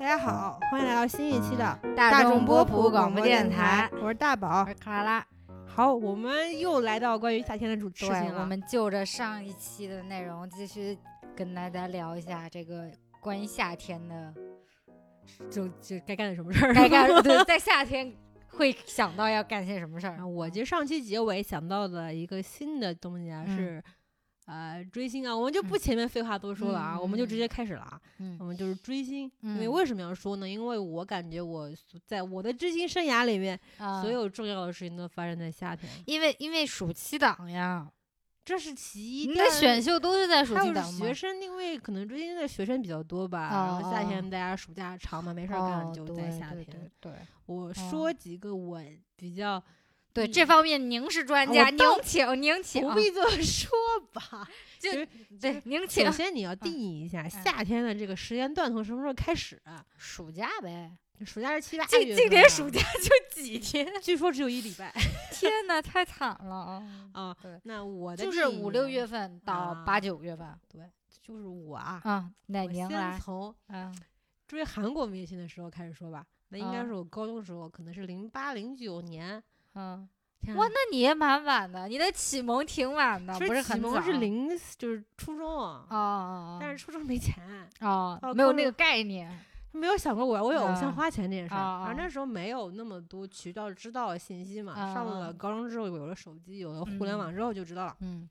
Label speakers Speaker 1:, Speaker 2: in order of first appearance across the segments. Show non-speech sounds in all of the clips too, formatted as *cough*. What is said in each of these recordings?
Speaker 1: 家好，欢迎来到新一期的
Speaker 2: 大
Speaker 1: 众
Speaker 2: 众
Speaker 1: 波
Speaker 2: 波普
Speaker 1: 广
Speaker 2: 广播电
Speaker 1: 台哎
Speaker 2: 台，
Speaker 1: 我是大宝
Speaker 2: 我。是克拉拉。
Speaker 1: 好，我们又来到关于夏天的主事
Speaker 2: 对
Speaker 1: 情了。，
Speaker 2: 我们就着上一期的内容，继续跟大家聊一下这个关于夏天
Speaker 1: *laughs*
Speaker 2: 的
Speaker 1: 就就 *laughs* 该干的什么事儿？
Speaker 2: 该干，对，在夏天会想到要干些什么事儿
Speaker 1: 啊。。 *laughs* 我其实上期结尾想到的一个新的东西啊，
Speaker 2: 嗯
Speaker 1: 是呃追星啊，我们就不
Speaker 2: 嗯
Speaker 1: 前面废话多说了啊，
Speaker 2: 嗯嗯
Speaker 1: 我们就直
Speaker 2: 嗯
Speaker 1: 接开始了啊。
Speaker 2: 嗯
Speaker 1: 我们就是追星，因为
Speaker 2: 嗯
Speaker 1: 为什么要说呢？因为我感觉我所在我的追星生涯里面，
Speaker 2: 啊，
Speaker 1: 所有重要的事情都发生在夏天，
Speaker 2: 因为因为暑期档呀，
Speaker 1: 这是其一。
Speaker 2: 你
Speaker 1: 第二
Speaker 2: 的选秀都是在暑
Speaker 1: 还
Speaker 2: 期
Speaker 1: 有是
Speaker 2: 档吗
Speaker 1: 学？生，因为可能追星的学生比较多吧，然后夏
Speaker 2: 哦哦
Speaker 1: 天大家暑假长嘛，没事儿干
Speaker 2: 哦，
Speaker 1: 就
Speaker 2: 对
Speaker 1: 在夏
Speaker 2: 对
Speaker 1: 天。
Speaker 2: 对对
Speaker 1: 我
Speaker 2: 哦
Speaker 1: 说几个我比较
Speaker 2: 对，
Speaker 1: 嗯啊
Speaker 2: 这方面您是专
Speaker 1: 我
Speaker 2: 家，您
Speaker 1: 倒
Speaker 2: 请您 *laughs* 请，
Speaker 1: 不必这么说吧。其
Speaker 2: 就
Speaker 1: 实
Speaker 2: 对您 *laughs* 请嗯
Speaker 1: 首先你要定义一下夏天的这个时间段从什么时候开始啊？
Speaker 2: 暑假呗，
Speaker 1: 暑假是七八月
Speaker 2: 今
Speaker 1: 份啊
Speaker 2: 今年
Speaker 1: 吧
Speaker 2: 暑假就几天，
Speaker 1: 据说只有一礼
Speaker 2: *laughs*
Speaker 1: 拜
Speaker 2: 天呐，太惨了啊！
Speaker 1: 啊
Speaker 2: 对。
Speaker 1: 那我的
Speaker 2: 就是
Speaker 1: 定义
Speaker 2: 五六
Speaker 1: 呢
Speaker 2: 月，份到
Speaker 1: 啊
Speaker 2: 八九月份
Speaker 1: 就是我啊，
Speaker 2: 啊，奶
Speaker 1: 我
Speaker 2: 您
Speaker 1: 先
Speaker 2: 来
Speaker 1: 从
Speaker 2: 啊，
Speaker 1: 追韩国明星的时候开始说吧。那应该
Speaker 2: 啊
Speaker 1: 是我高中时候，可能是零八零九年。
Speaker 2: 嗯，
Speaker 1: 天
Speaker 2: 哇，
Speaker 1: 啊
Speaker 2: 那你也蛮晚的，你的启蒙挺晚的，
Speaker 1: 其
Speaker 2: 啊不
Speaker 1: 实
Speaker 2: 是
Speaker 1: 启
Speaker 2: 很
Speaker 1: 蒙是
Speaker 2: 早
Speaker 1: 零，就是初中，啊
Speaker 2: 哦哦，
Speaker 1: 但是初中没
Speaker 2: *laughs*
Speaker 1: 钱，
Speaker 2: 哦
Speaker 1: 到
Speaker 2: 哦没有
Speaker 1: 高
Speaker 2: 那
Speaker 1: 中
Speaker 2: 个概念，
Speaker 1: 没有想过我要为偶像
Speaker 2: 啊
Speaker 1: 花钱这件事儿。
Speaker 2: 啊
Speaker 1: 然后
Speaker 2: 啊
Speaker 1: 那时候没有那么多渠道知道信息嘛，
Speaker 2: 啊
Speaker 1: 上
Speaker 2: 啊
Speaker 1: 了高中之后有了手机，有了互联
Speaker 2: 嗯
Speaker 1: 网之后就知道了。
Speaker 2: 嗯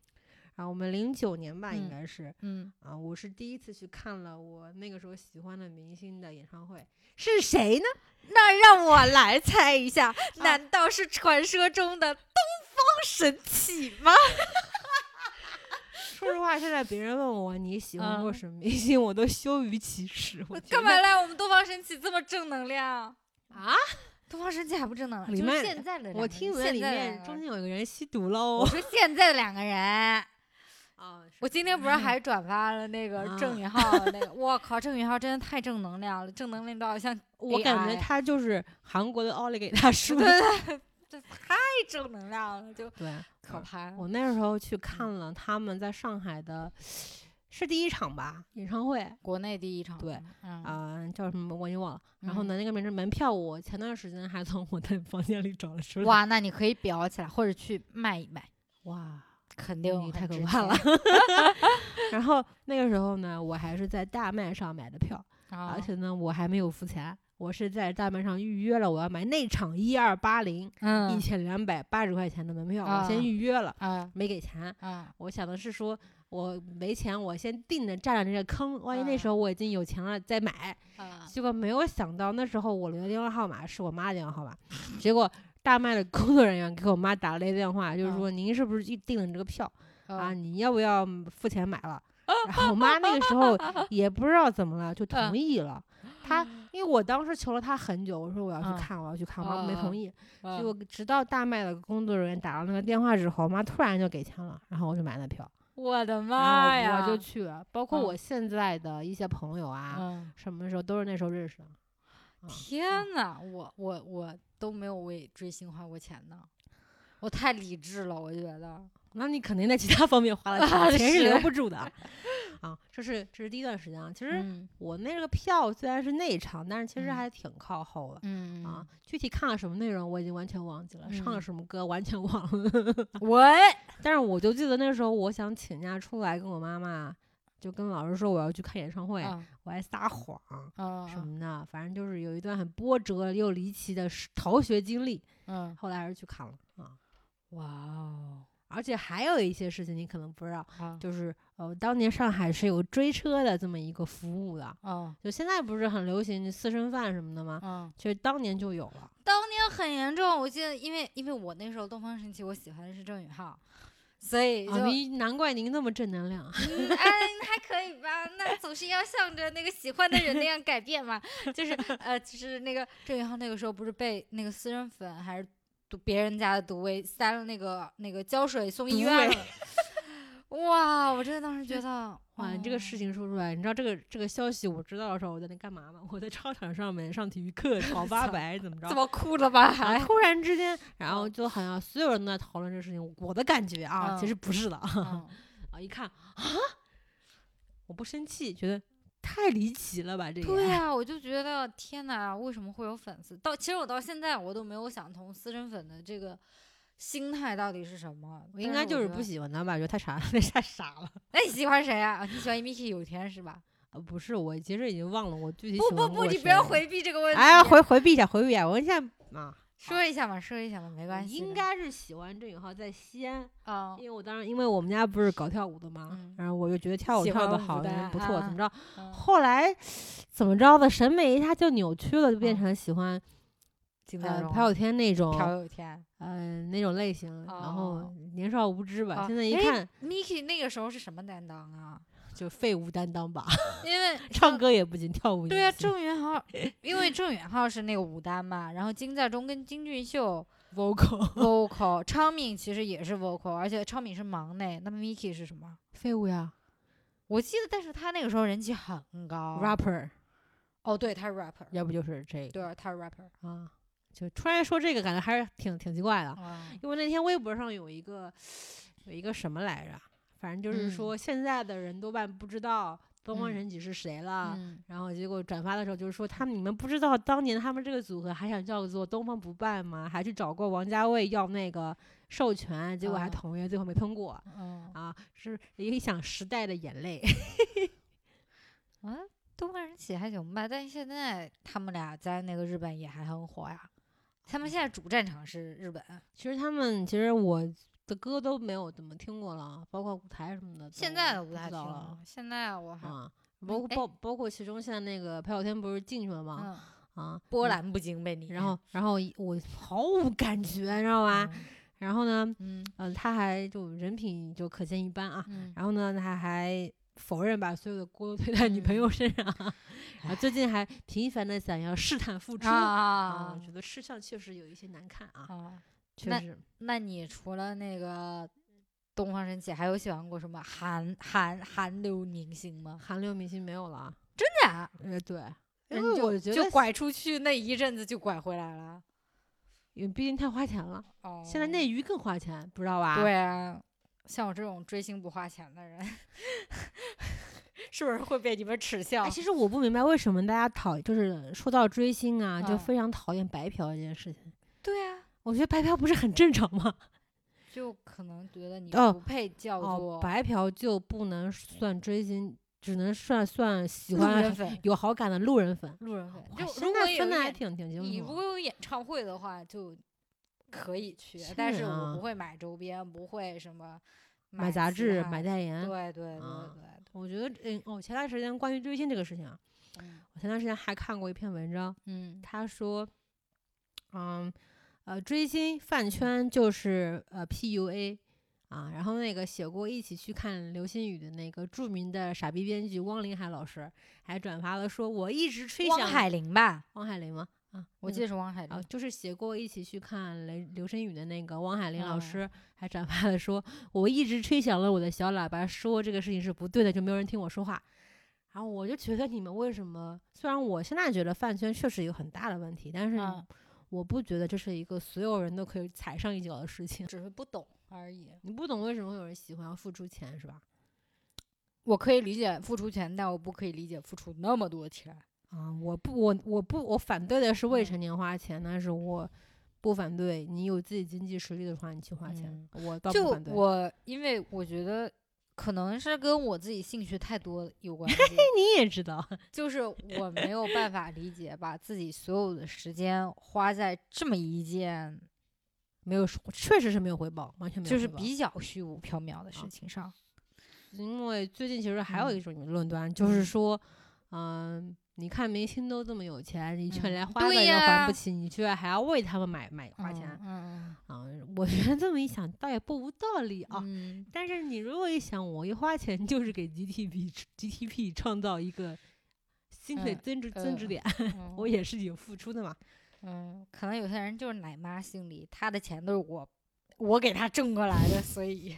Speaker 1: 然后我们零九年吧，应
Speaker 2: 嗯
Speaker 1: 该是
Speaker 2: 嗯，
Speaker 1: 啊，我是第一次去看了我那个时候喜欢的明星的演唱会，是谁呢？
Speaker 2: 那让我来猜一
Speaker 1: 啊
Speaker 2: 下，难道是传说中的东方神起吗？
Speaker 1: *laughs* 说实话，现在别人问我你喜欢过
Speaker 2: 嗯
Speaker 1: 什么明星，我都羞于启齿。我觉
Speaker 2: 干嘛
Speaker 1: 得
Speaker 2: 来我们东方神起这么正能量？
Speaker 1: 啊？
Speaker 2: 东方神起还不正能量，
Speaker 1: 里
Speaker 2: 就是
Speaker 1: 面
Speaker 2: 现在的两个
Speaker 1: 我
Speaker 2: 人
Speaker 1: 听闻
Speaker 2: 现
Speaker 1: 里
Speaker 2: 在的
Speaker 1: 面
Speaker 2: 两个
Speaker 1: 中
Speaker 2: 人
Speaker 1: 间有一个人吸毒哦
Speaker 2: 我 *laughs*
Speaker 1: 喽。
Speaker 2: 说现在的两个人。
Speaker 1: 啊，
Speaker 2: 我今天不是还转发了那个
Speaker 1: 啊
Speaker 2: 郑宇浩的那个， *laughs* 我靠，郑宇浩真的太正能量了，正能量到像
Speaker 1: 我感觉
Speaker 2: AI
Speaker 1: 他就是韩国的奥利给他叔
Speaker 2: 对。
Speaker 1: *laughs*
Speaker 2: 对对，这太正能量了，就
Speaker 1: 对，啊
Speaker 2: 可怕。嗯
Speaker 1: 我那时候去看了他们在上海的，是第一场吧演唱会
Speaker 2: 国内第一场，
Speaker 1: 对，
Speaker 2: 嗯，
Speaker 1: 啊、叫什么我已经忘了。然后呢，那个门门票我前段时间还从我的房间里找了出来。
Speaker 2: 哇，那你可以裱起来，或者去卖一卖，
Speaker 1: 哇，
Speaker 2: 肯定
Speaker 1: 嗯你太
Speaker 2: 很
Speaker 1: 可
Speaker 2: 值
Speaker 1: 怕了 *laughs*
Speaker 2: 钱。
Speaker 1: 然后那个时候呢，我还是在大麦上买的票，
Speaker 2: 啊
Speaker 1: 而且呢我还没有付钱，我是在大麦上预约了我要买那场一二八零一
Speaker 2: 嗯
Speaker 1: 千两百八十块钱的门票，我
Speaker 2: 啊
Speaker 1: 先预约了，
Speaker 2: 啊
Speaker 1: 没给钱。
Speaker 2: 啊
Speaker 1: 我想的是说，我没钱，我先定着占着这个坑，万一那时
Speaker 2: 啊
Speaker 1: 候我已经有钱了再买。
Speaker 2: 啊！
Speaker 1: 结果没有想到，那时候我留的电话号码是我妈的电话号码，结果大麦的工作人员给我妈打了一电话，就是说您是不是预定了这个票啊？
Speaker 2: 嗯
Speaker 1: 你要不要付钱买
Speaker 2: *laughs*
Speaker 1: 了？然后我妈那个时候也不知道怎么了，就同
Speaker 2: 嗯
Speaker 1: 意了。她因为我当时求了她很久，我说我要
Speaker 2: 嗯
Speaker 1: 去看，我要去看，我妈没
Speaker 2: 嗯嗯
Speaker 1: 同意。
Speaker 2: 嗯
Speaker 1: 结果直到大麦的工作人员打了那个电话之后，我妈突然就给钱了，然后我就买了票。
Speaker 2: 我的妈
Speaker 1: 然后
Speaker 2: 呀！
Speaker 1: 啊我就去了，包括
Speaker 2: 嗯
Speaker 1: 我现在的一些朋友啊，
Speaker 2: 嗯，
Speaker 1: 什么时候都是那时候认识的。嗯
Speaker 2: 天呐，我我我都没有为追星花过钱呢，我太理智了，我觉得。
Speaker 1: 那你肯定在其他方面花了 *laughs*
Speaker 2: 啊
Speaker 1: 钱，钱是
Speaker 2: 是
Speaker 1: 留不住的啊。这是这是第一段时间啊。其实
Speaker 2: 嗯
Speaker 1: 我那个票虽然是内场，但是其实
Speaker 2: 嗯
Speaker 1: 还挺靠后的。
Speaker 2: 嗯
Speaker 1: 啊，具体看了什么内容我已经完全忘记了，唱了
Speaker 2: 嗯
Speaker 1: 什么歌完全忘了。 *laughs*
Speaker 2: 喂，
Speaker 1: 但是我就记得那时候我想请假出来，跟我妈妈就跟老师说我要去看演唱会，
Speaker 2: 啊
Speaker 1: 我还撒谎什
Speaker 2: 嗯
Speaker 1: 么的，反正就是有一段很波折又离奇的是逃学经历。
Speaker 2: 嗯，
Speaker 1: 后来还是去看了啊，
Speaker 2: 哇哦，
Speaker 1: 而且还有一些事情你可能不知道，
Speaker 2: 啊
Speaker 1: 就是呃，当年上海是有追车的这么一个服务的，
Speaker 2: 啊
Speaker 1: 就现在不是很流行私生饭什么的吗？
Speaker 2: 嗯，
Speaker 1: 其实当年就有了。
Speaker 2: 当年很严重，我记得，因为因为我那时候东方神起，我喜欢的是郑宇浩，所以就、
Speaker 1: 啊，您难怪您那么正能量， *laughs*
Speaker 2: 嗯，哎，还可以吧？那总是要向着那个喜欢的人那样改变嘛。就是呃，就是那个郑宇浩那个时候不是被那个私人粉还是毒别人家的毒威塞了那个那个胶水送医
Speaker 1: 毒
Speaker 2: 院
Speaker 1: 威
Speaker 2: 了。哇！我真的当时觉
Speaker 1: *laughs*
Speaker 2: 得，哦
Speaker 1: 哇，你这个事情说出来，你知道这个这个消息我知道的时候，我在那干嘛吗？我在操场上面上体育课考八百还是怎么着？
Speaker 2: *laughs* 怎么哭
Speaker 1: *laughs*
Speaker 2: 了吧？
Speaker 1: 啊
Speaker 2: 还哦
Speaker 1: 突然之间，然后就好像所有人都在讨论这个事情。我的感觉啊，
Speaker 2: 嗯
Speaker 1: 其实不是的
Speaker 2: 嗯
Speaker 1: 啊，一看啊，我不生气，觉得太离奇了吧？这个
Speaker 2: 对啊呀、我就觉得天哪，为什么会有粉丝？到其实我到现在我都没有想通私生粉的这个心态到底是什么。
Speaker 1: 我应该就是不
Speaker 2: 喜
Speaker 1: 喜欢他吧？觉得太傻，太傻了。 *laughs*
Speaker 2: 那你喜欢谁啊？你喜欢 Miki 有田是吧？
Speaker 1: 呃，不是，我其实已经忘了我具体
Speaker 2: 不
Speaker 1: 喜
Speaker 2: 不
Speaker 1: 欢
Speaker 2: 不，
Speaker 1: 过
Speaker 2: 你不
Speaker 1: 谁
Speaker 2: 要
Speaker 1: 了
Speaker 2: 回避这个问题。
Speaker 1: 哎呀，回回避一下，回避一下。我现在啊，
Speaker 2: 说一下嘛，说一下嘛，没关系的。
Speaker 1: 应该是喜欢郑宇浩在西安，
Speaker 2: 啊
Speaker 1: 因为我当时因为我们家不是搞跳舞的嘛，
Speaker 2: 嗯
Speaker 1: 然后我就觉得跳舞
Speaker 2: 喜
Speaker 1: 跳
Speaker 2: 欢
Speaker 1: 的
Speaker 2: 舞
Speaker 1: 好的人
Speaker 2: 的
Speaker 1: 不错，
Speaker 2: 啊
Speaker 1: 怎么着？
Speaker 2: 嗯
Speaker 1: 后来怎么着的审美一下就扭曲了，就变
Speaker 2: 嗯
Speaker 1: 成喜欢、
Speaker 2: 金大
Speaker 1: 呃
Speaker 2: 中
Speaker 1: 朴有天那种
Speaker 2: 朴有天
Speaker 1: 呃那种类型，然后
Speaker 2: 哦
Speaker 1: 年少无知吧。
Speaker 2: 哦
Speaker 1: 现在一
Speaker 2: 哎
Speaker 1: 看
Speaker 2: ，Miki 那个时候是什么担当啊？
Speaker 1: 就废物担当
Speaker 2: *laughs*
Speaker 1: 吧，
Speaker 2: 因为
Speaker 1: *laughs* 唱歌也不行，跳舞也
Speaker 2: 对啊，
Speaker 1: 不行
Speaker 2: 郑元浩，因为郑元浩是那个舞担嘛，然后金在中跟金俊秀
Speaker 1: vocal *laughs*
Speaker 2: vocal，昌敏其实也是 vocal，而且昌敏是忙内，那么 Miki 是什么？
Speaker 1: 废物呀
Speaker 2: 我记得，但是他那个时候人气很高
Speaker 1: ，rapper，
Speaker 2: 哦，对，他是 rapper，
Speaker 1: 要不就是这个
Speaker 2: 对，他是 rapper，
Speaker 1: 啊，就突然说这个感觉还是挺挺奇怪的。
Speaker 2: 啊，
Speaker 1: 因为那天微博上有一个有一个什么来着，反正就是
Speaker 2: 嗯
Speaker 1: 说现在的人多半不知道东方
Speaker 2: 嗯
Speaker 1: 神起是谁了。
Speaker 2: 嗯
Speaker 1: 然后结果转发的时候就是说，他们你们不知道当年他们这个组合还想叫做东方不败吗？还去找过王家卫要那个授权，结果还
Speaker 2: 啊
Speaker 1: 同意，最后没通过
Speaker 2: 嗯
Speaker 1: 啊，是影响时代的眼泪。 *laughs*
Speaker 2: 啊，东方人起还行吧，但现在他们俩在那个日本也还很火呀，他们现在主战场是日本，
Speaker 1: 其实他们其实我的歌都没有怎么听过了，包括舞台什么哦的都不知道了。
Speaker 2: 现在的舞台听了，现在我还
Speaker 1: 啊，包括
Speaker 2: 哎
Speaker 1: 包包括其中现在那个朴有天不是进去了吗？
Speaker 2: 嗯
Speaker 1: 啊，
Speaker 2: 波
Speaker 1: 嗯。
Speaker 2: 澜不惊被你，嗯
Speaker 1: 然后，然后我毫无感觉，你知道吧？然后呢，
Speaker 2: 嗯
Speaker 1: 嗯、他还就人品就可见一斑啊。
Speaker 2: 嗯，
Speaker 1: 然后呢，他还否认把所有的锅都推在女
Speaker 2: 嗯
Speaker 1: 朋友身
Speaker 2: *laughs*
Speaker 1: 上，然后最近还频繁的想要试探复出。啊，
Speaker 2: 啊
Speaker 1: 我觉得吃相确实有一些难看啊，
Speaker 2: 啊！
Speaker 1: 确
Speaker 2: 那
Speaker 1: 实。
Speaker 2: 那你除了那个东方神起，还有喜欢过什么韩韩韩流明星吗？
Speaker 1: 韩流明星没有了啊，
Speaker 2: 真的、啊，
Speaker 1: 呃，对，因
Speaker 2: 人
Speaker 1: 为
Speaker 2: 就
Speaker 1: 我觉
Speaker 2: 就
Speaker 1: 得，
Speaker 2: 拐出去那一阵子就拐回来了。
Speaker 1: 因为毕竟太花钱了，
Speaker 2: 哦，
Speaker 1: 现在内娱更花钱，不知道吧？
Speaker 2: 对啊，像我这种追星不花钱的人， *laughs* 是不是会被你们耻笑
Speaker 1: 哎，？其实我不明白为什么大家讨，就是说到追星啊，就
Speaker 2: 嗯
Speaker 1: 非常讨厌白嫖这件事情。
Speaker 2: 对啊，
Speaker 1: 我觉得白嫖不是很正常吗？
Speaker 2: 就可能觉得你
Speaker 1: 哦
Speaker 2: 不配叫做、
Speaker 1: 哦，白嫖就不能算追星，只能算算喜
Speaker 2: 路人
Speaker 1: 欢
Speaker 2: 粉。
Speaker 1: 有好感的路人粉。
Speaker 2: 路人粉
Speaker 1: 哇
Speaker 2: 就
Speaker 1: 现
Speaker 2: 如果
Speaker 1: 在
Speaker 2: 有
Speaker 1: 分的还
Speaker 2: 演
Speaker 1: 挺挺
Speaker 2: 你
Speaker 1: 清
Speaker 2: 如
Speaker 1: 楚
Speaker 2: 果
Speaker 1: 啊。
Speaker 2: 有演唱会的话，就可以去，
Speaker 1: 是
Speaker 2: 但是我
Speaker 1: 啊
Speaker 2: 不会买周边，不会什么
Speaker 1: 买杂
Speaker 2: 其
Speaker 1: 志、
Speaker 2: 他
Speaker 1: 买代言，
Speaker 2: 对对对
Speaker 1: 啊
Speaker 2: 对
Speaker 1: 我觉得，嗯，哦，前段时间关于追星这个事情啊，
Speaker 2: 对，嗯
Speaker 1: 我前段时间还看过一篇文章，
Speaker 2: 嗯
Speaker 1: 他说，嗯，呃，追星饭圈就是呃 PUA 啊，然后那个写过一起去看流星雨的那个著名的傻逼编剧汪林海老师还转发了说，我一直吹响
Speaker 2: 汪海嗯林吧，
Speaker 1: 汪海林吗？啊，
Speaker 2: 我
Speaker 1: 那
Speaker 2: 记
Speaker 1: 个
Speaker 2: 得是汪海林
Speaker 1: 啊，，就是写过一起去看雷流星雨的那个汪海林老
Speaker 2: 嗯
Speaker 1: 师，还转发了说，我一直吹响了我的小喇叭，说这个事情是不对的，就没有人听我说话。然后我就觉得你们为什么？虽然我现在觉得饭圈确实有很大的问题，但是
Speaker 2: 嗯
Speaker 1: 我不觉得这是一个所有人都可以踩上一脚的事情。
Speaker 2: 只是不懂而已。
Speaker 1: 你不懂为什么会有人喜欢要付出钱是吧？
Speaker 2: 我可以理解付出钱，但我不可以理解付出那么多钱。
Speaker 1: 啊、我不，我我不，我反对的是未
Speaker 2: 嗯
Speaker 1: 成年花钱，但是我不反对你有自己经济实力的话，你去花钱，我倒
Speaker 2: 嗯就
Speaker 1: 不反对。
Speaker 2: 我，因为我觉得可能是跟我自己兴趣太多有
Speaker 1: *laughs*
Speaker 2: 关系，
Speaker 1: 你也知道，
Speaker 2: 就是我没有办法理解把自己所有的时间花在这么一件
Speaker 1: 没有，确实是没有回报，完全没有
Speaker 2: 就
Speaker 1: 回报。
Speaker 2: 是哦比较虚无缥缈的
Speaker 1: 啊
Speaker 2: 事情上。
Speaker 1: 因为最近其实还有
Speaker 2: 嗯
Speaker 1: 一种论断，就是
Speaker 2: 嗯
Speaker 1: 说，嗯、你看明星都这么有钱，你却
Speaker 2: 嗯
Speaker 1: 连花
Speaker 2: 对
Speaker 1: 呗都还
Speaker 2: 呀
Speaker 1: 不起，你居然还要为他们买买花钱啊、
Speaker 2: 嗯
Speaker 1: 我觉得这么一想，倒也不无道理啊。
Speaker 2: 嗯
Speaker 1: *laughs* 但是你如果一想，我一花钱就是给 GTP GTP 创造一个新的
Speaker 2: 嗯
Speaker 1: 增值、增值
Speaker 2: 呃
Speaker 1: 点，
Speaker 2: *laughs* 嗯，
Speaker 1: 我也是有付出的嘛。
Speaker 2: 嗯，可能有些人就是奶妈心理，他的钱都是我我给他挣过来的，所以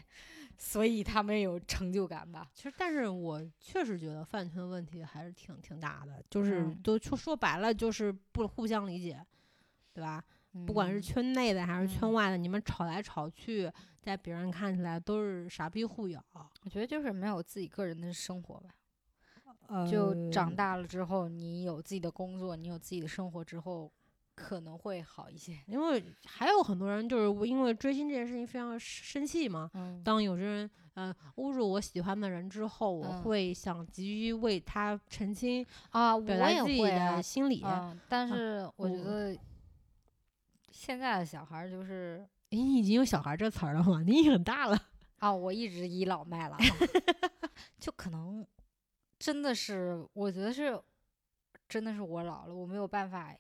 Speaker 2: 所以他们有成就感吧。
Speaker 1: 其实，但是我确实觉得饭圈问题还是挺挺大的，就是
Speaker 2: 嗯
Speaker 1: 都说说白了就是不互相理解，对吧？不管是
Speaker 2: 嗯
Speaker 1: 圈内的还是圈
Speaker 2: 嗯
Speaker 1: 外的，你们吵来吵去，在别人看起来都是傻逼互咬。
Speaker 2: 我觉得就是没有自己个人的生活吧。
Speaker 1: 呃，
Speaker 2: 就长大了之后，你有自己的工作，你有自己的生活之后，可能会好一些。
Speaker 1: 因为还有很多人就是因为追星这件事情非常生气嘛。
Speaker 2: *laughs* 嗯，
Speaker 1: 当有些人呃侮辱我喜欢的人之后，我
Speaker 2: 嗯
Speaker 1: 会想急于为他澄清，
Speaker 2: 啊，
Speaker 1: 表
Speaker 2: 我
Speaker 1: 达
Speaker 2: 也
Speaker 1: 自己
Speaker 2: 会啊
Speaker 1: 的，心理。
Speaker 2: 嗯，但是我觉
Speaker 1: 我
Speaker 2: 得现在的小孩儿就是
Speaker 1: 诶你已经有“小孩”这词儿了吗？你已经很大了。
Speaker 2: 啊，我一直倚老卖 *laughs* 老，就可能真的是，我觉得是真的是我老了，我没有办法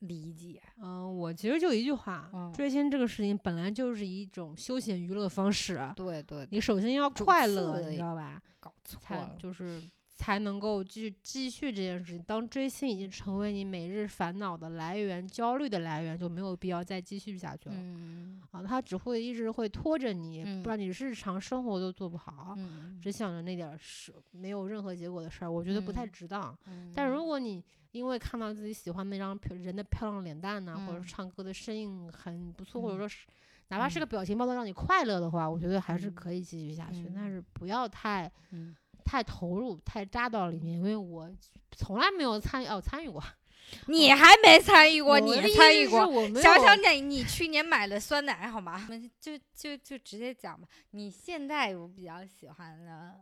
Speaker 2: 理解。
Speaker 1: 嗯、我其实就一句话，
Speaker 2: 嗯
Speaker 1: 追星这个事情本来就是一种休闲娱乐方式，
Speaker 2: 对对，对
Speaker 1: 你首先要
Speaker 2: 主
Speaker 1: 快
Speaker 2: 次
Speaker 1: 乐，
Speaker 2: 的
Speaker 1: 你知道吧？
Speaker 2: 搞错
Speaker 1: 才
Speaker 2: 了，
Speaker 1: 就是才能够继继续这件事情。当追星已经成为你每日烦恼的来源、焦虑的来源，就没有必要再继续下去了。
Speaker 2: 嗯
Speaker 1: 啊，它只会一直会拖着你，
Speaker 2: 嗯
Speaker 1: 不然你日常生活都做不好，
Speaker 2: 嗯，
Speaker 1: 只想着那点儿事，没有任何结果的事儿，我觉得不太
Speaker 2: 嗯
Speaker 1: 值当。
Speaker 2: 嗯
Speaker 1: 但如果你因为看到自己喜欢那张漂人的漂亮脸蛋呐、或者
Speaker 2: 嗯
Speaker 1: 是唱歌的声音很不错，或者
Speaker 2: 嗯
Speaker 1: 说是哪怕是个表情包能让你快乐的话，我觉得还是可以继续下去。但
Speaker 2: 嗯
Speaker 1: 是不要太
Speaker 2: 嗯
Speaker 1: 太投入、太扎到里面，因为我从来没有参与哦参与过，
Speaker 2: *laughs* 你还没参与过，
Speaker 1: 我
Speaker 2: 你
Speaker 1: 的意
Speaker 2: 参
Speaker 1: 思
Speaker 2: 与
Speaker 1: 是
Speaker 2: 过。
Speaker 1: 我没有
Speaker 2: 想想你，你去年买的酸奶好吗？我们就就就直接讲吧。你现在有比较喜欢的，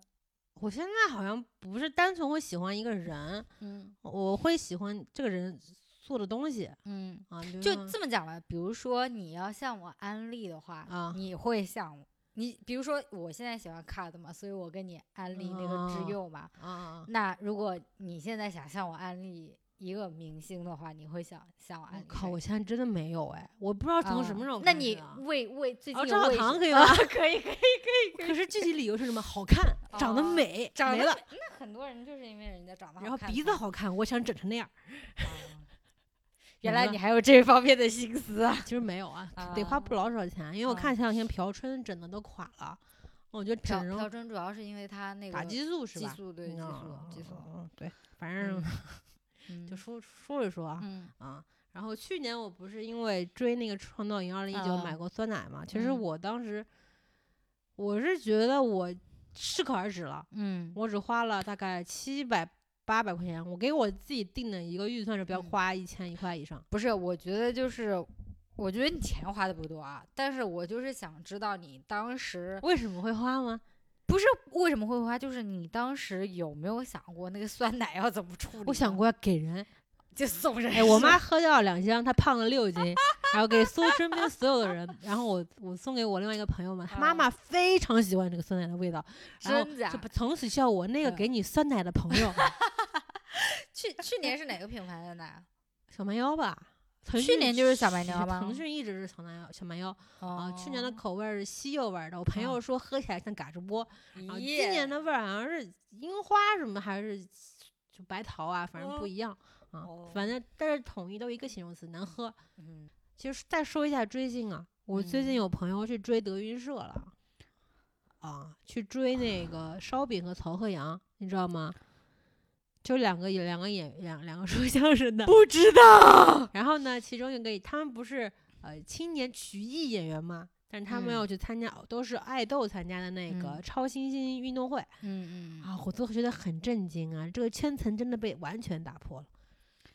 Speaker 1: 我现在好像不是单纯会喜欢一个人，
Speaker 2: 嗯
Speaker 1: 我会喜欢这个人做的东西
Speaker 2: 嗯，
Speaker 1: 啊，比如
Speaker 2: 就
Speaker 1: 说
Speaker 2: 这么讲吧。比如说你要向我安利的话，
Speaker 1: 啊
Speaker 2: 你会向我你，比如说我现在喜欢 CAD 嘛，所以我跟你安利那个
Speaker 1: 哦
Speaker 2: 知釉嘛。
Speaker 1: 啊啊，
Speaker 2: 那如果你现在想向我安利一个明星的话，你会想向我安
Speaker 1: 我
Speaker 2: 利谁？
Speaker 1: 靠，我现在真的没有哎，我不知道从
Speaker 2: 啊
Speaker 1: 什么时候
Speaker 2: 那
Speaker 1: 开始
Speaker 2: 你
Speaker 1: 啊
Speaker 2: 为为最近
Speaker 1: 哦
Speaker 2: 有
Speaker 1: 张小
Speaker 2: 为
Speaker 1: 棠
Speaker 2: 谁
Speaker 1: 可以
Speaker 2: 啊
Speaker 1: 吗
Speaker 2: 可以可以。
Speaker 1: *laughs* 可是具体理由是什么？好看，长得
Speaker 2: *laughs* 哦
Speaker 1: 美，
Speaker 2: 长
Speaker 1: 没
Speaker 2: 得
Speaker 1: 了
Speaker 2: 美。那很多人就是因为人家长得好
Speaker 1: 然后
Speaker 2: 看
Speaker 1: 鼻
Speaker 2: 才
Speaker 1: 子好看，我想整成那样。没
Speaker 2: 哦原来
Speaker 1: 了
Speaker 2: 你还有这方面的心思啊！
Speaker 1: *laughs* 其实没有啊，得花
Speaker 2: *laughs* 啊
Speaker 1: 不老少钱。因为我
Speaker 2: 啊
Speaker 1: 看前两天朴春整的都垮了，我觉得
Speaker 2: 朴
Speaker 1: 整
Speaker 2: 朴
Speaker 1: 容
Speaker 2: 春主要是因为他那个
Speaker 1: 打激素是
Speaker 2: 激
Speaker 1: 吧？
Speaker 2: 素，对激素激素，
Speaker 1: 嗯，对，反正
Speaker 2: 嗯
Speaker 1: 就说说一说啊
Speaker 2: 嗯
Speaker 1: 啊。然后去年我不是因为追那个《创造营2019》买
Speaker 2: 啊
Speaker 1: 过酸奶嘛？其实
Speaker 2: 嗯
Speaker 1: 我当时我是觉得我适可而止了。
Speaker 2: 嗯
Speaker 1: 我只花了大概七百八百块钱，我给我自己定的一个预算是不要
Speaker 2: 嗯
Speaker 1: 花一千一块以上。
Speaker 2: 不是，我觉得就是，我觉得你钱花的不多啊，但是我就是想知道你当时
Speaker 1: 为什么会花吗？
Speaker 2: 不是为什么会花，就是你当时有没有想过那个酸奶要怎么处理？
Speaker 1: 我想，过要给人，
Speaker 2: 就送人。
Speaker 1: 哎，我妈喝掉了两箱，她胖了六斤，然后给所有身边所有的人，然后我我送给我另外一个朋友嘛，她妈
Speaker 2: 啊
Speaker 1: 妈非常喜欢这个酸奶的味道，然后
Speaker 2: 真假
Speaker 1: 就？从此叫我那个
Speaker 2: 嗯
Speaker 1: 给你酸奶的朋友
Speaker 2: 去去年是哪个品牌的奶？
Speaker 1: 小蛮腰吧。腾
Speaker 2: 去
Speaker 1: 讯
Speaker 2: 年就是小蛮腰吗
Speaker 1: 腾讯一直是小蛮腰，小蛮腰 *laughs* 啊。
Speaker 2: 哦
Speaker 1: 去年的口味儿是西柚味儿的，我朋友
Speaker 2: 哦
Speaker 1: 说喝起来像嘎吱波，然后啊今
Speaker 2: 耶
Speaker 1: 年的味儿好像是樱花什么，还是就白桃啊，反正不
Speaker 2: 哦
Speaker 1: 一样、
Speaker 2: 哦
Speaker 1: 啊。反正但是统一都一个形容词，难喝。
Speaker 2: 嗯，
Speaker 1: 其实再说一下追星啊，我最近
Speaker 2: 嗯
Speaker 1: 有朋友去追德云社了，啊，去追那
Speaker 2: 啊
Speaker 1: 个烧饼和曹鹤阳，你知道吗？就两个两个演两两个说相声的，
Speaker 2: 不知道。
Speaker 1: 然后呢，其中一个他们不是呃青年曲艺演员嘛，但是他们
Speaker 2: 嗯
Speaker 1: 要去参加，都是爱豆参加的那个
Speaker 2: 嗯
Speaker 1: 超新星运动会。
Speaker 2: 嗯嗯
Speaker 1: 啊，我都觉得很震惊啊！这个圈层真的被完全打破了。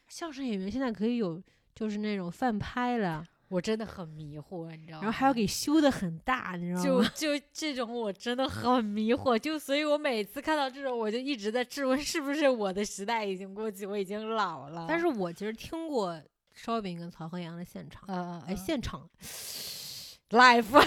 Speaker 1: 相声演员现在可以有就是那种翻拍了，
Speaker 2: 我真的很迷惑，你知道
Speaker 1: 然
Speaker 2: 吗？
Speaker 1: 后还要给修的很大，你知道
Speaker 2: 哦就 *laughs*
Speaker 1: 吗？
Speaker 2: 就这种，我真的很迷惑。就所以，我每次看到这种，我就一直在质问，是不是我的时代已经过去，我已经老了。
Speaker 1: 但是，我其实听过烧饼跟曹鹤阳的现场，
Speaker 2: 嗯，
Speaker 1: 哎，现场，
Speaker 2: life，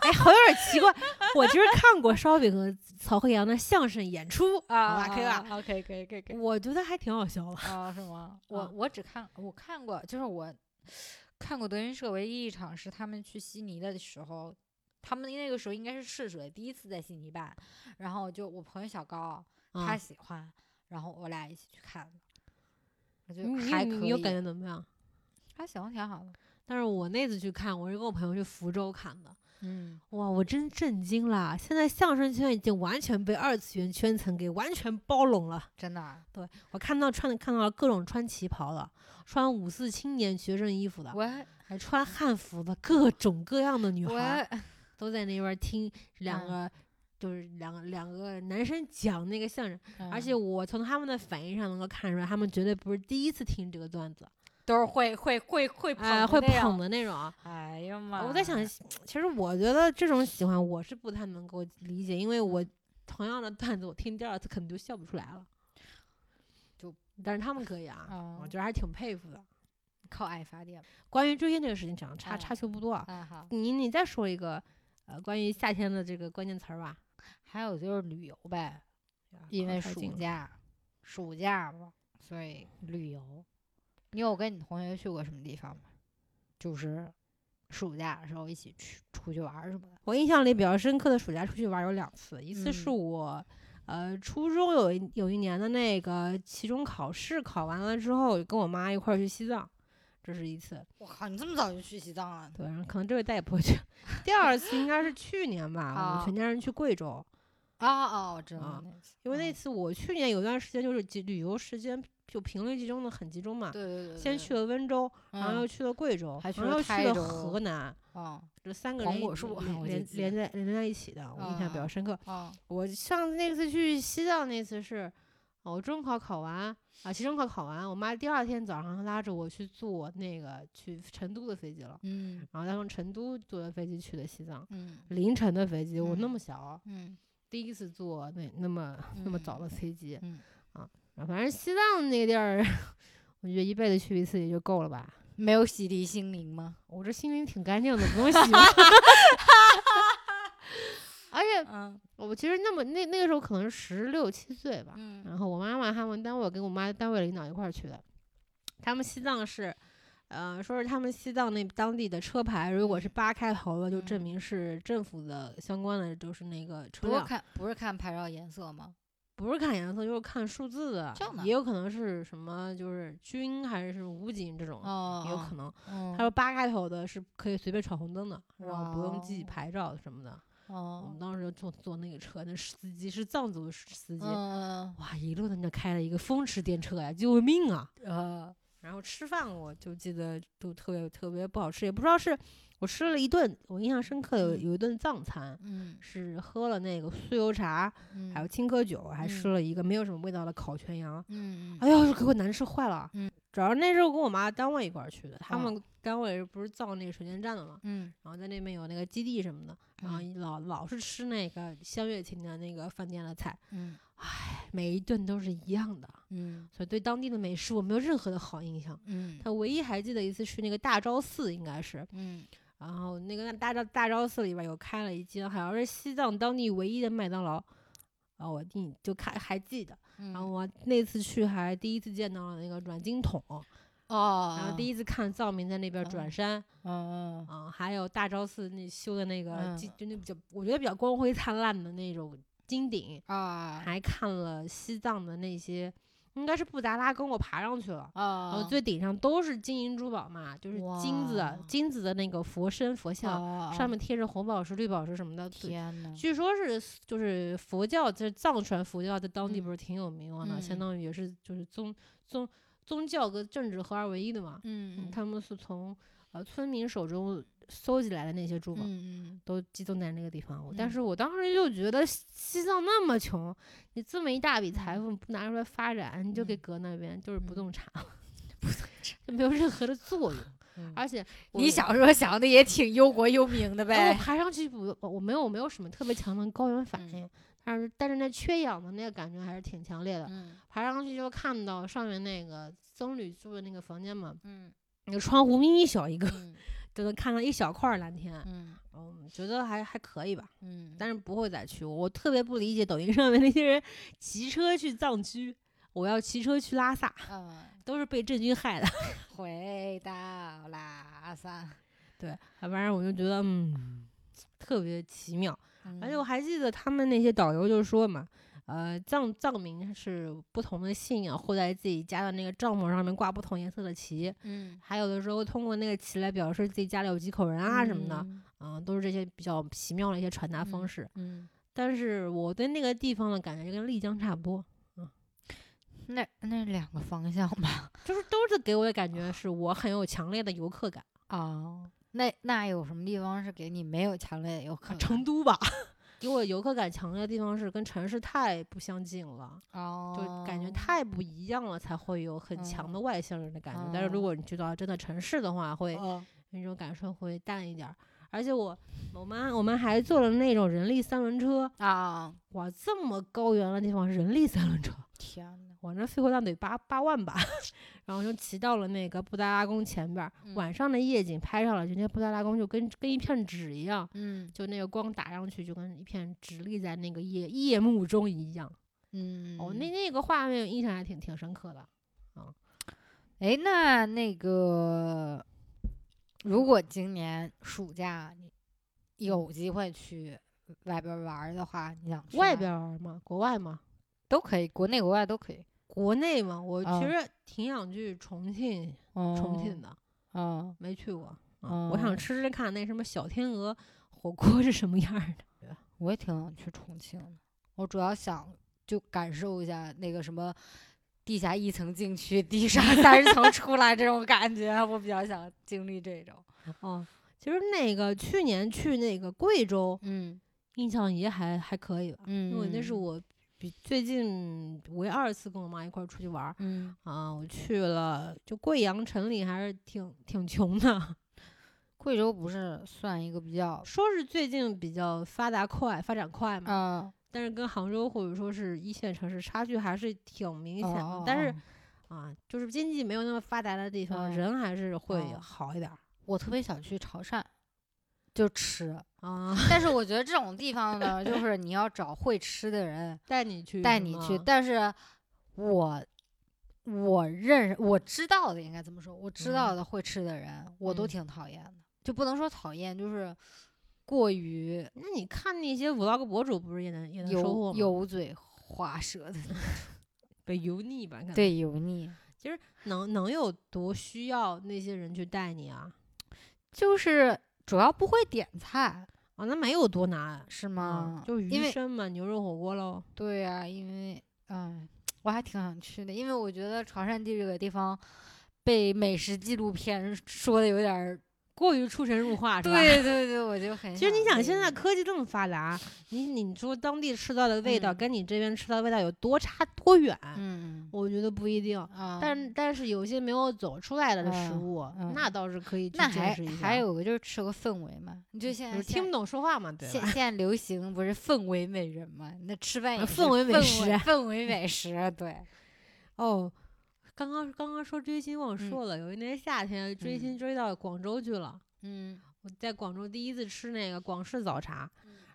Speaker 1: 哎，好有点奇怪。我其实看过烧饼和曹鹤阳的相声演出，好吧，可以吧？
Speaker 2: 啊，可以，可以，可以，可以。
Speaker 1: 我觉得还挺好笑的。
Speaker 2: 啊，是吗？我
Speaker 1: 啊
Speaker 2: 我只看我看过，就是我看过德云社唯一一场是他们去悉尼的时候，他们那个时候应该是试水，第一次在悉尼办。然后就我朋友小高，他
Speaker 1: 啊，
Speaker 2: 喜欢，然后我俩一起去看的，我觉
Speaker 1: 你
Speaker 2: 得还
Speaker 1: 你
Speaker 2: 可以。
Speaker 1: 你有感觉怎么样？
Speaker 2: 还行，挺好的。
Speaker 1: 但是我那次去看，我是跟我朋友去福州看的。
Speaker 2: 嗯，
Speaker 1: 哇，我真震惊啦！现在相声圈已经完全被二次元圈层给完全包拢了。
Speaker 2: 真的啊，
Speaker 1: 我看到穿的看到了各种穿旗袍的，穿五四青年学生衣服的，
Speaker 2: 我还
Speaker 1: 还穿汉服的，各种各样的女
Speaker 2: 我
Speaker 1: 孩
Speaker 2: 还
Speaker 1: 儿都在那边听两
Speaker 2: 嗯
Speaker 1: 个就是两个两个男生讲那个相声，
Speaker 2: 嗯
Speaker 1: 而且我从他们的反应上能够看出来，他们绝对不是第一次听这个段子，
Speaker 2: 都是会会会会捧
Speaker 1: 哎，
Speaker 2: 的
Speaker 1: 会
Speaker 2: 那种
Speaker 1: 捧。的那种啊。
Speaker 2: 哎呀妈！
Speaker 1: 我在想，其实我觉得这种喜欢我是不太能够理解，因为我同样的段子我听第二次可能就笑不出来了，就但是他们可以啊，我
Speaker 2: 嗯，
Speaker 1: 觉得还是挺佩服的。
Speaker 2: 靠爱发电吧。
Speaker 1: 关于追星这个事情，讲
Speaker 2: 哎
Speaker 1: 差差球不多啊，
Speaker 2: 啊好。
Speaker 1: 你你再说一个呃关于夏天的这个关键词儿吧，
Speaker 2: 还有就是旅游呗，因为暑假，暑假嘛，所以旅游。你有跟你同学去过什么地方吗？就是暑假的时候一起去出去玩儿什么的。
Speaker 1: 我印象里比较深刻的暑假出去玩有两次，一次是
Speaker 2: 嗯
Speaker 1: 我，呃，初中有一有一年的那个期中考试考完了之后，跟我妈一块儿去西藏，这是一次。
Speaker 2: 我靠，你这么早就去西藏了？
Speaker 1: 对，然后可能这回再也不会去。 *laughs* 第二次应该是去年吧，我
Speaker 2: 啊
Speaker 1: 们全家人去贵州，
Speaker 2: 哦哦，我知道
Speaker 1: 啊
Speaker 2: 那次，
Speaker 1: 因为那
Speaker 2: 嗯
Speaker 1: 次我去年有一段时间就是集旅游时间就频率集中的很集中嘛，
Speaker 2: 对对对，
Speaker 1: 先
Speaker 2: 对
Speaker 1: 去，了温州，然后
Speaker 2: 嗯
Speaker 1: 又去了贵州，
Speaker 2: 还去
Speaker 1: 然后
Speaker 2: 了
Speaker 1: 又去
Speaker 2: 台
Speaker 1: 了
Speaker 2: 州
Speaker 1: 河南，
Speaker 2: 嗯
Speaker 1: 这三个
Speaker 2: 黄
Speaker 1: 连一
Speaker 2: 果树啊
Speaker 1: 连
Speaker 2: 我记
Speaker 1: 连
Speaker 2: 记
Speaker 1: 连在连在一起的，我印象比较
Speaker 2: 嗯
Speaker 1: 深刻。
Speaker 2: 嗯
Speaker 1: 我上次那次去西藏那次是，哦我中考考完啊，期中考考完，我妈第二天早上拉着我去坐那个去成都的飞机了，
Speaker 2: 嗯
Speaker 1: 然后她从成都坐的飞机去的西藏，
Speaker 2: 嗯
Speaker 1: 凌晨的飞机，我那
Speaker 2: 嗯
Speaker 1: 么小，
Speaker 2: 嗯
Speaker 1: 第一次坐那那么那么早的
Speaker 2: 嗯
Speaker 1: 飞机，
Speaker 2: 嗯
Speaker 1: 啊，反正西藏那个地儿， *laughs* 我觉得一辈子去一次也就够了吧。
Speaker 2: 没有洗涤心灵吗？
Speaker 1: 我这心灵挺干净的，不用洗了。 *laughs* 而且
Speaker 2: 嗯
Speaker 1: 我其实那么那那个时候可能十六七岁吧，
Speaker 2: 嗯
Speaker 1: 然后我妈妈他们单位跟我妈单位领导一块儿去的，他们西藏是，呃，说是他们西藏那当地的车牌，如果是八开头的，就证
Speaker 2: 嗯
Speaker 1: 明是政府的相关的，就是那个车
Speaker 2: 不是
Speaker 1: 辆，
Speaker 2: 看不是看牌照颜色吗？
Speaker 1: 不是看颜色，就是看数字的
Speaker 2: 这样，的
Speaker 1: 也有可能是什么就是军还是武警这种，
Speaker 2: 哦，
Speaker 1: 也有可能。
Speaker 2: 能
Speaker 1: 他说八开头的是可以随便闯红灯的，然后不用记
Speaker 2: 哇哦
Speaker 1: 牌照什么的。我
Speaker 2: 哦
Speaker 1: 们，当时就坐坐那个车，那司机是藏族司机，
Speaker 2: 嗯
Speaker 1: 哇，一路在那开了一个风驰电掣呀，救命啊！
Speaker 2: 呃，
Speaker 1: 然后吃饭我就记得都特别特别不好吃，也不知道是我吃了一顿，我印象深刻有
Speaker 2: 嗯
Speaker 1: 有一顿藏餐。
Speaker 2: 嗯，
Speaker 1: 是喝了那个酥油茶，还有
Speaker 2: 嗯
Speaker 1: 青稞酒，还吃
Speaker 2: 嗯
Speaker 1: 了一个没有什么味道的烤全羊。
Speaker 2: 嗯，
Speaker 1: 哎呦，给我难吃坏了！
Speaker 2: 嗯
Speaker 1: 主要那时候跟我妈单位一块儿去的，他
Speaker 2: 哦
Speaker 1: 们单位不是造那个水电站的嘛，
Speaker 2: 嗯
Speaker 1: 然后在那边有那个基地什么的，然后
Speaker 2: 嗯
Speaker 1: 老老是吃那个香月琴的那个饭店的菜，
Speaker 2: 嗯
Speaker 1: 每一顿都是一样的，
Speaker 2: 嗯
Speaker 1: 所以对当地的美食我没有任何的好印象。
Speaker 2: 嗯
Speaker 1: 但唯一还记得一次去那个大昭寺，应该是，
Speaker 2: 嗯，
Speaker 1: 然后那个大昭大昭寺里边有开了一间，好像是西藏当地唯一的麦当劳。啊，我印就看还记得，然后我那次去还第一次见到了那个转经筒，
Speaker 2: 哦，
Speaker 1: 然后第
Speaker 2: 一，
Speaker 1: 一次看藏民在那边转
Speaker 2: 嗯
Speaker 1: 山，
Speaker 2: 嗯
Speaker 1: 啊、还有大昭寺那修的那个
Speaker 2: 嗯
Speaker 1: 金，就那比较，我觉得比较光辉灿烂的那种金顶，
Speaker 2: 嗯啊
Speaker 1: 还看了西藏的那些，应该是布达拉宫，我爬上去了。然后
Speaker 2: 啊，
Speaker 1: 哦最顶上都是金银珠宝嘛，就是金子
Speaker 2: 哇哦
Speaker 1: 金子的那个佛身佛像，上面贴着红宝石、绿宝石什么的。对
Speaker 2: 天呐，
Speaker 1: 据说是就是佛教，就是藏传佛教在当地
Speaker 2: 嗯
Speaker 1: 不是挺有名望的，相
Speaker 2: 嗯
Speaker 1: 当于也是就是宗宗宗教跟政治合二为一的嘛。嗯，
Speaker 2: 嗯
Speaker 1: 他们是从呃村民手中搜集来的那些珠宝，
Speaker 2: 嗯
Speaker 1: 都集中在那个地方。但
Speaker 2: 嗯
Speaker 1: 是我当时就觉得西西藏那么穷，你这么一大笔财
Speaker 2: 嗯
Speaker 1: 富不拿出来发展，你就给
Speaker 2: 嗯
Speaker 1: 搁那边就是不
Speaker 2: 嗯
Speaker 1: 动产， *laughs* 不动产就没有任何的作 *laughs* 用。
Speaker 2: 嗯，
Speaker 1: 而且我
Speaker 2: 你。小时候想的也挺忧国忧民的
Speaker 1: 然后
Speaker 2: 呗
Speaker 1: 我，爬上去不，我没有我没有什么特别强的高原反
Speaker 2: 嗯
Speaker 1: 应，但是但是那缺氧的那个感觉还是挺强烈的。
Speaker 2: *laughs* 嗯
Speaker 1: 爬上去就看到上面那个僧侣住的那个房间嘛，
Speaker 2: 嗯
Speaker 1: 那个窗户咪咪小一个， *laughs*
Speaker 2: 嗯
Speaker 1: 就能看到一小块儿蓝天。
Speaker 2: 嗯
Speaker 1: 嗯，觉得还还可以吧，
Speaker 2: 嗯，
Speaker 1: 但是不会再去。我特别不理解抖音上面那些人骑车去藏区，我要骑车去拉萨，
Speaker 2: 嗯，
Speaker 1: 都是被郑钧害的。 *laughs*
Speaker 2: 回到拉萨，
Speaker 1: 对，啊反正我就觉得嗯，特别奇妙。而且我还
Speaker 2: 还
Speaker 1: 记得他们那些导游就说嘛，呃，藏藏民是不同的信仰会在自己家的那个帐篷上面挂不同颜色的旗，
Speaker 2: 嗯
Speaker 1: 还有的时候通过那个旗来表示自己家里有几口人啊什么的，，嗯、都是这些比较奇妙的一些传达方
Speaker 2: 嗯
Speaker 1: 式。
Speaker 2: 嗯，
Speaker 1: 但是我对那个地方的感觉就跟丽江差不多，
Speaker 2: 那那两个方向
Speaker 1: *laughs*
Speaker 2: 吧，
Speaker 1: 就是都是给我的感觉是我很有强烈的游客感。
Speaker 2: 哦，那那有什么地方是给你没有强烈的游
Speaker 1: 啊
Speaker 2: 客感？
Speaker 1: 成都吧， *laughs* 给我游客感强烈的地方是跟城市太不相近了，
Speaker 2: 哦，
Speaker 1: 就感觉太不一样了，才会有很强的外向人的感觉。但是如
Speaker 2: 哦
Speaker 1: 果你去到真的城市的话，会
Speaker 2: 哦
Speaker 1: 那种感受会淡一点儿。而且我我们我们还坐了那种人力三轮车，
Speaker 2: 啊，
Speaker 1: 哇，这么高原的地方人力三轮车，
Speaker 2: 天呐，
Speaker 1: 我那飞回到得八八万吧， *laughs* 然后就骑到了那个布达拉宫前边儿，
Speaker 2: 嗯
Speaker 1: 晚上的夜景拍上了，就那布达拉宫就跟跟一片纸一样，
Speaker 2: 嗯
Speaker 1: 就那个光打上去就跟一片直立在那个夜夜幕中一样。
Speaker 2: 嗯，
Speaker 1: 哦，那那个画面印象还挺挺深刻的。
Speaker 2: 哎，那那个，如果今年暑假你有机会去外边儿玩儿的话，你想去
Speaker 1: 外
Speaker 2: 哪
Speaker 1: 边儿嘛，国外嘛，
Speaker 2: 都可以，国内国外都可以。
Speaker 1: 国内嘛，我
Speaker 2: 啊
Speaker 1: 其实挺想去重庆，重庆的
Speaker 2: 哦，
Speaker 1: 没去过。啊
Speaker 2: 哦
Speaker 1: 我想吃吃看那什么小天鹅火锅是什么样儿的。
Speaker 2: 我也挺想去重庆的，我主要想就感受一下那个什么地下一层进去，
Speaker 1: *laughs*
Speaker 2: 地上三十层出来这种感觉，我比较想经历这种。
Speaker 1: *laughs* 哦，其实那个去年去那个贵州，
Speaker 2: 嗯
Speaker 1: 印象也还还可以吧，
Speaker 2: 嗯
Speaker 1: 因为那是我比最近唯二次跟我妈一块儿出去玩儿
Speaker 2: 嗯，
Speaker 1: 啊，我去了就贵阳城里，还是挺挺穷的。
Speaker 2: 贵州不是算一个比较
Speaker 1: 说是最近比较发达快，发展快嘛，
Speaker 2: 啊
Speaker 1: 但是跟杭州或者说是一线城市差距还是挺明显的。
Speaker 2: 哦
Speaker 1: 但
Speaker 2: 哦
Speaker 1: 是啊，就是经济没有那么发达的地方，
Speaker 2: 嗯
Speaker 1: 人还是会
Speaker 2: 哦
Speaker 1: 好一点儿
Speaker 2: 我特别想去潮汕，就吃。
Speaker 1: 啊。 *laughs*
Speaker 2: 但是我觉得这种地方呢，就是你要找会吃的人
Speaker 1: 带你去，
Speaker 2: 带你去。但是我我认识我知道的应该怎么说？我知道的会吃的人，我都
Speaker 1: 嗯
Speaker 2: 挺讨厌的，就不能说讨厌，就是过于
Speaker 1: 那你看那些 vlog 博主，不是也能也能收获
Speaker 2: 油
Speaker 1: 吗？
Speaker 2: 油嘴滑舌的，
Speaker 1: 被油腻吧？感觉
Speaker 2: 对油腻。
Speaker 1: 能能有多需要那些人去带你啊？
Speaker 2: 就是主要不会点菜
Speaker 1: 啊，那没有多难
Speaker 2: 是
Speaker 1: 啊，
Speaker 2: 吗？
Speaker 1: 就
Speaker 2: 因
Speaker 1: 鱼
Speaker 2: 为
Speaker 1: 生嘛，牛肉火锅喽。
Speaker 2: 对呀、因为哎，我还挺想去的，因为我觉得潮汕地这个地方被美食纪录片说的有点儿。
Speaker 1: 过于出神入化是吧？
Speaker 2: 对对对，我就很。
Speaker 1: 其实你想，现在，科技这么发达，你你说当地吃到的味道
Speaker 2: 嗯
Speaker 1: 跟你这边吃到的味道有多差多远？
Speaker 2: 嗯
Speaker 1: 我觉得不一定。
Speaker 2: 啊，
Speaker 1: 但但是有些没有走出来的食
Speaker 2: 嗯
Speaker 1: 物，
Speaker 2: 嗯
Speaker 1: 那倒是可以去
Speaker 2: 那
Speaker 1: 见
Speaker 2: 还
Speaker 1: 识一下。
Speaker 2: 还有个就是吃个氛围嘛，你就现
Speaker 1: 就
Speaker 2: 在
Speaker 1: 是听不
Speaker 2: 现
Speaker 1: 懂说话嘛，对
Speaker 2: 现
Speaker 1: 吧？ *laughs*
Speaker 2: 现在流行不是氛围美人嘛？那吃饭
Speaker 1: 啊 *laughs*
Speaker 2: 也是
Speaker 1: 氛围美食
Speaker 2: 氛围美食，啊对，
Speaker 1: 哦，刚刚刚刚说追星忘说了，有一年夏天追星追到广州去了。
Speaker 2: 嗯
Speaker 1: 我在广州第一次吃那个广式早茶，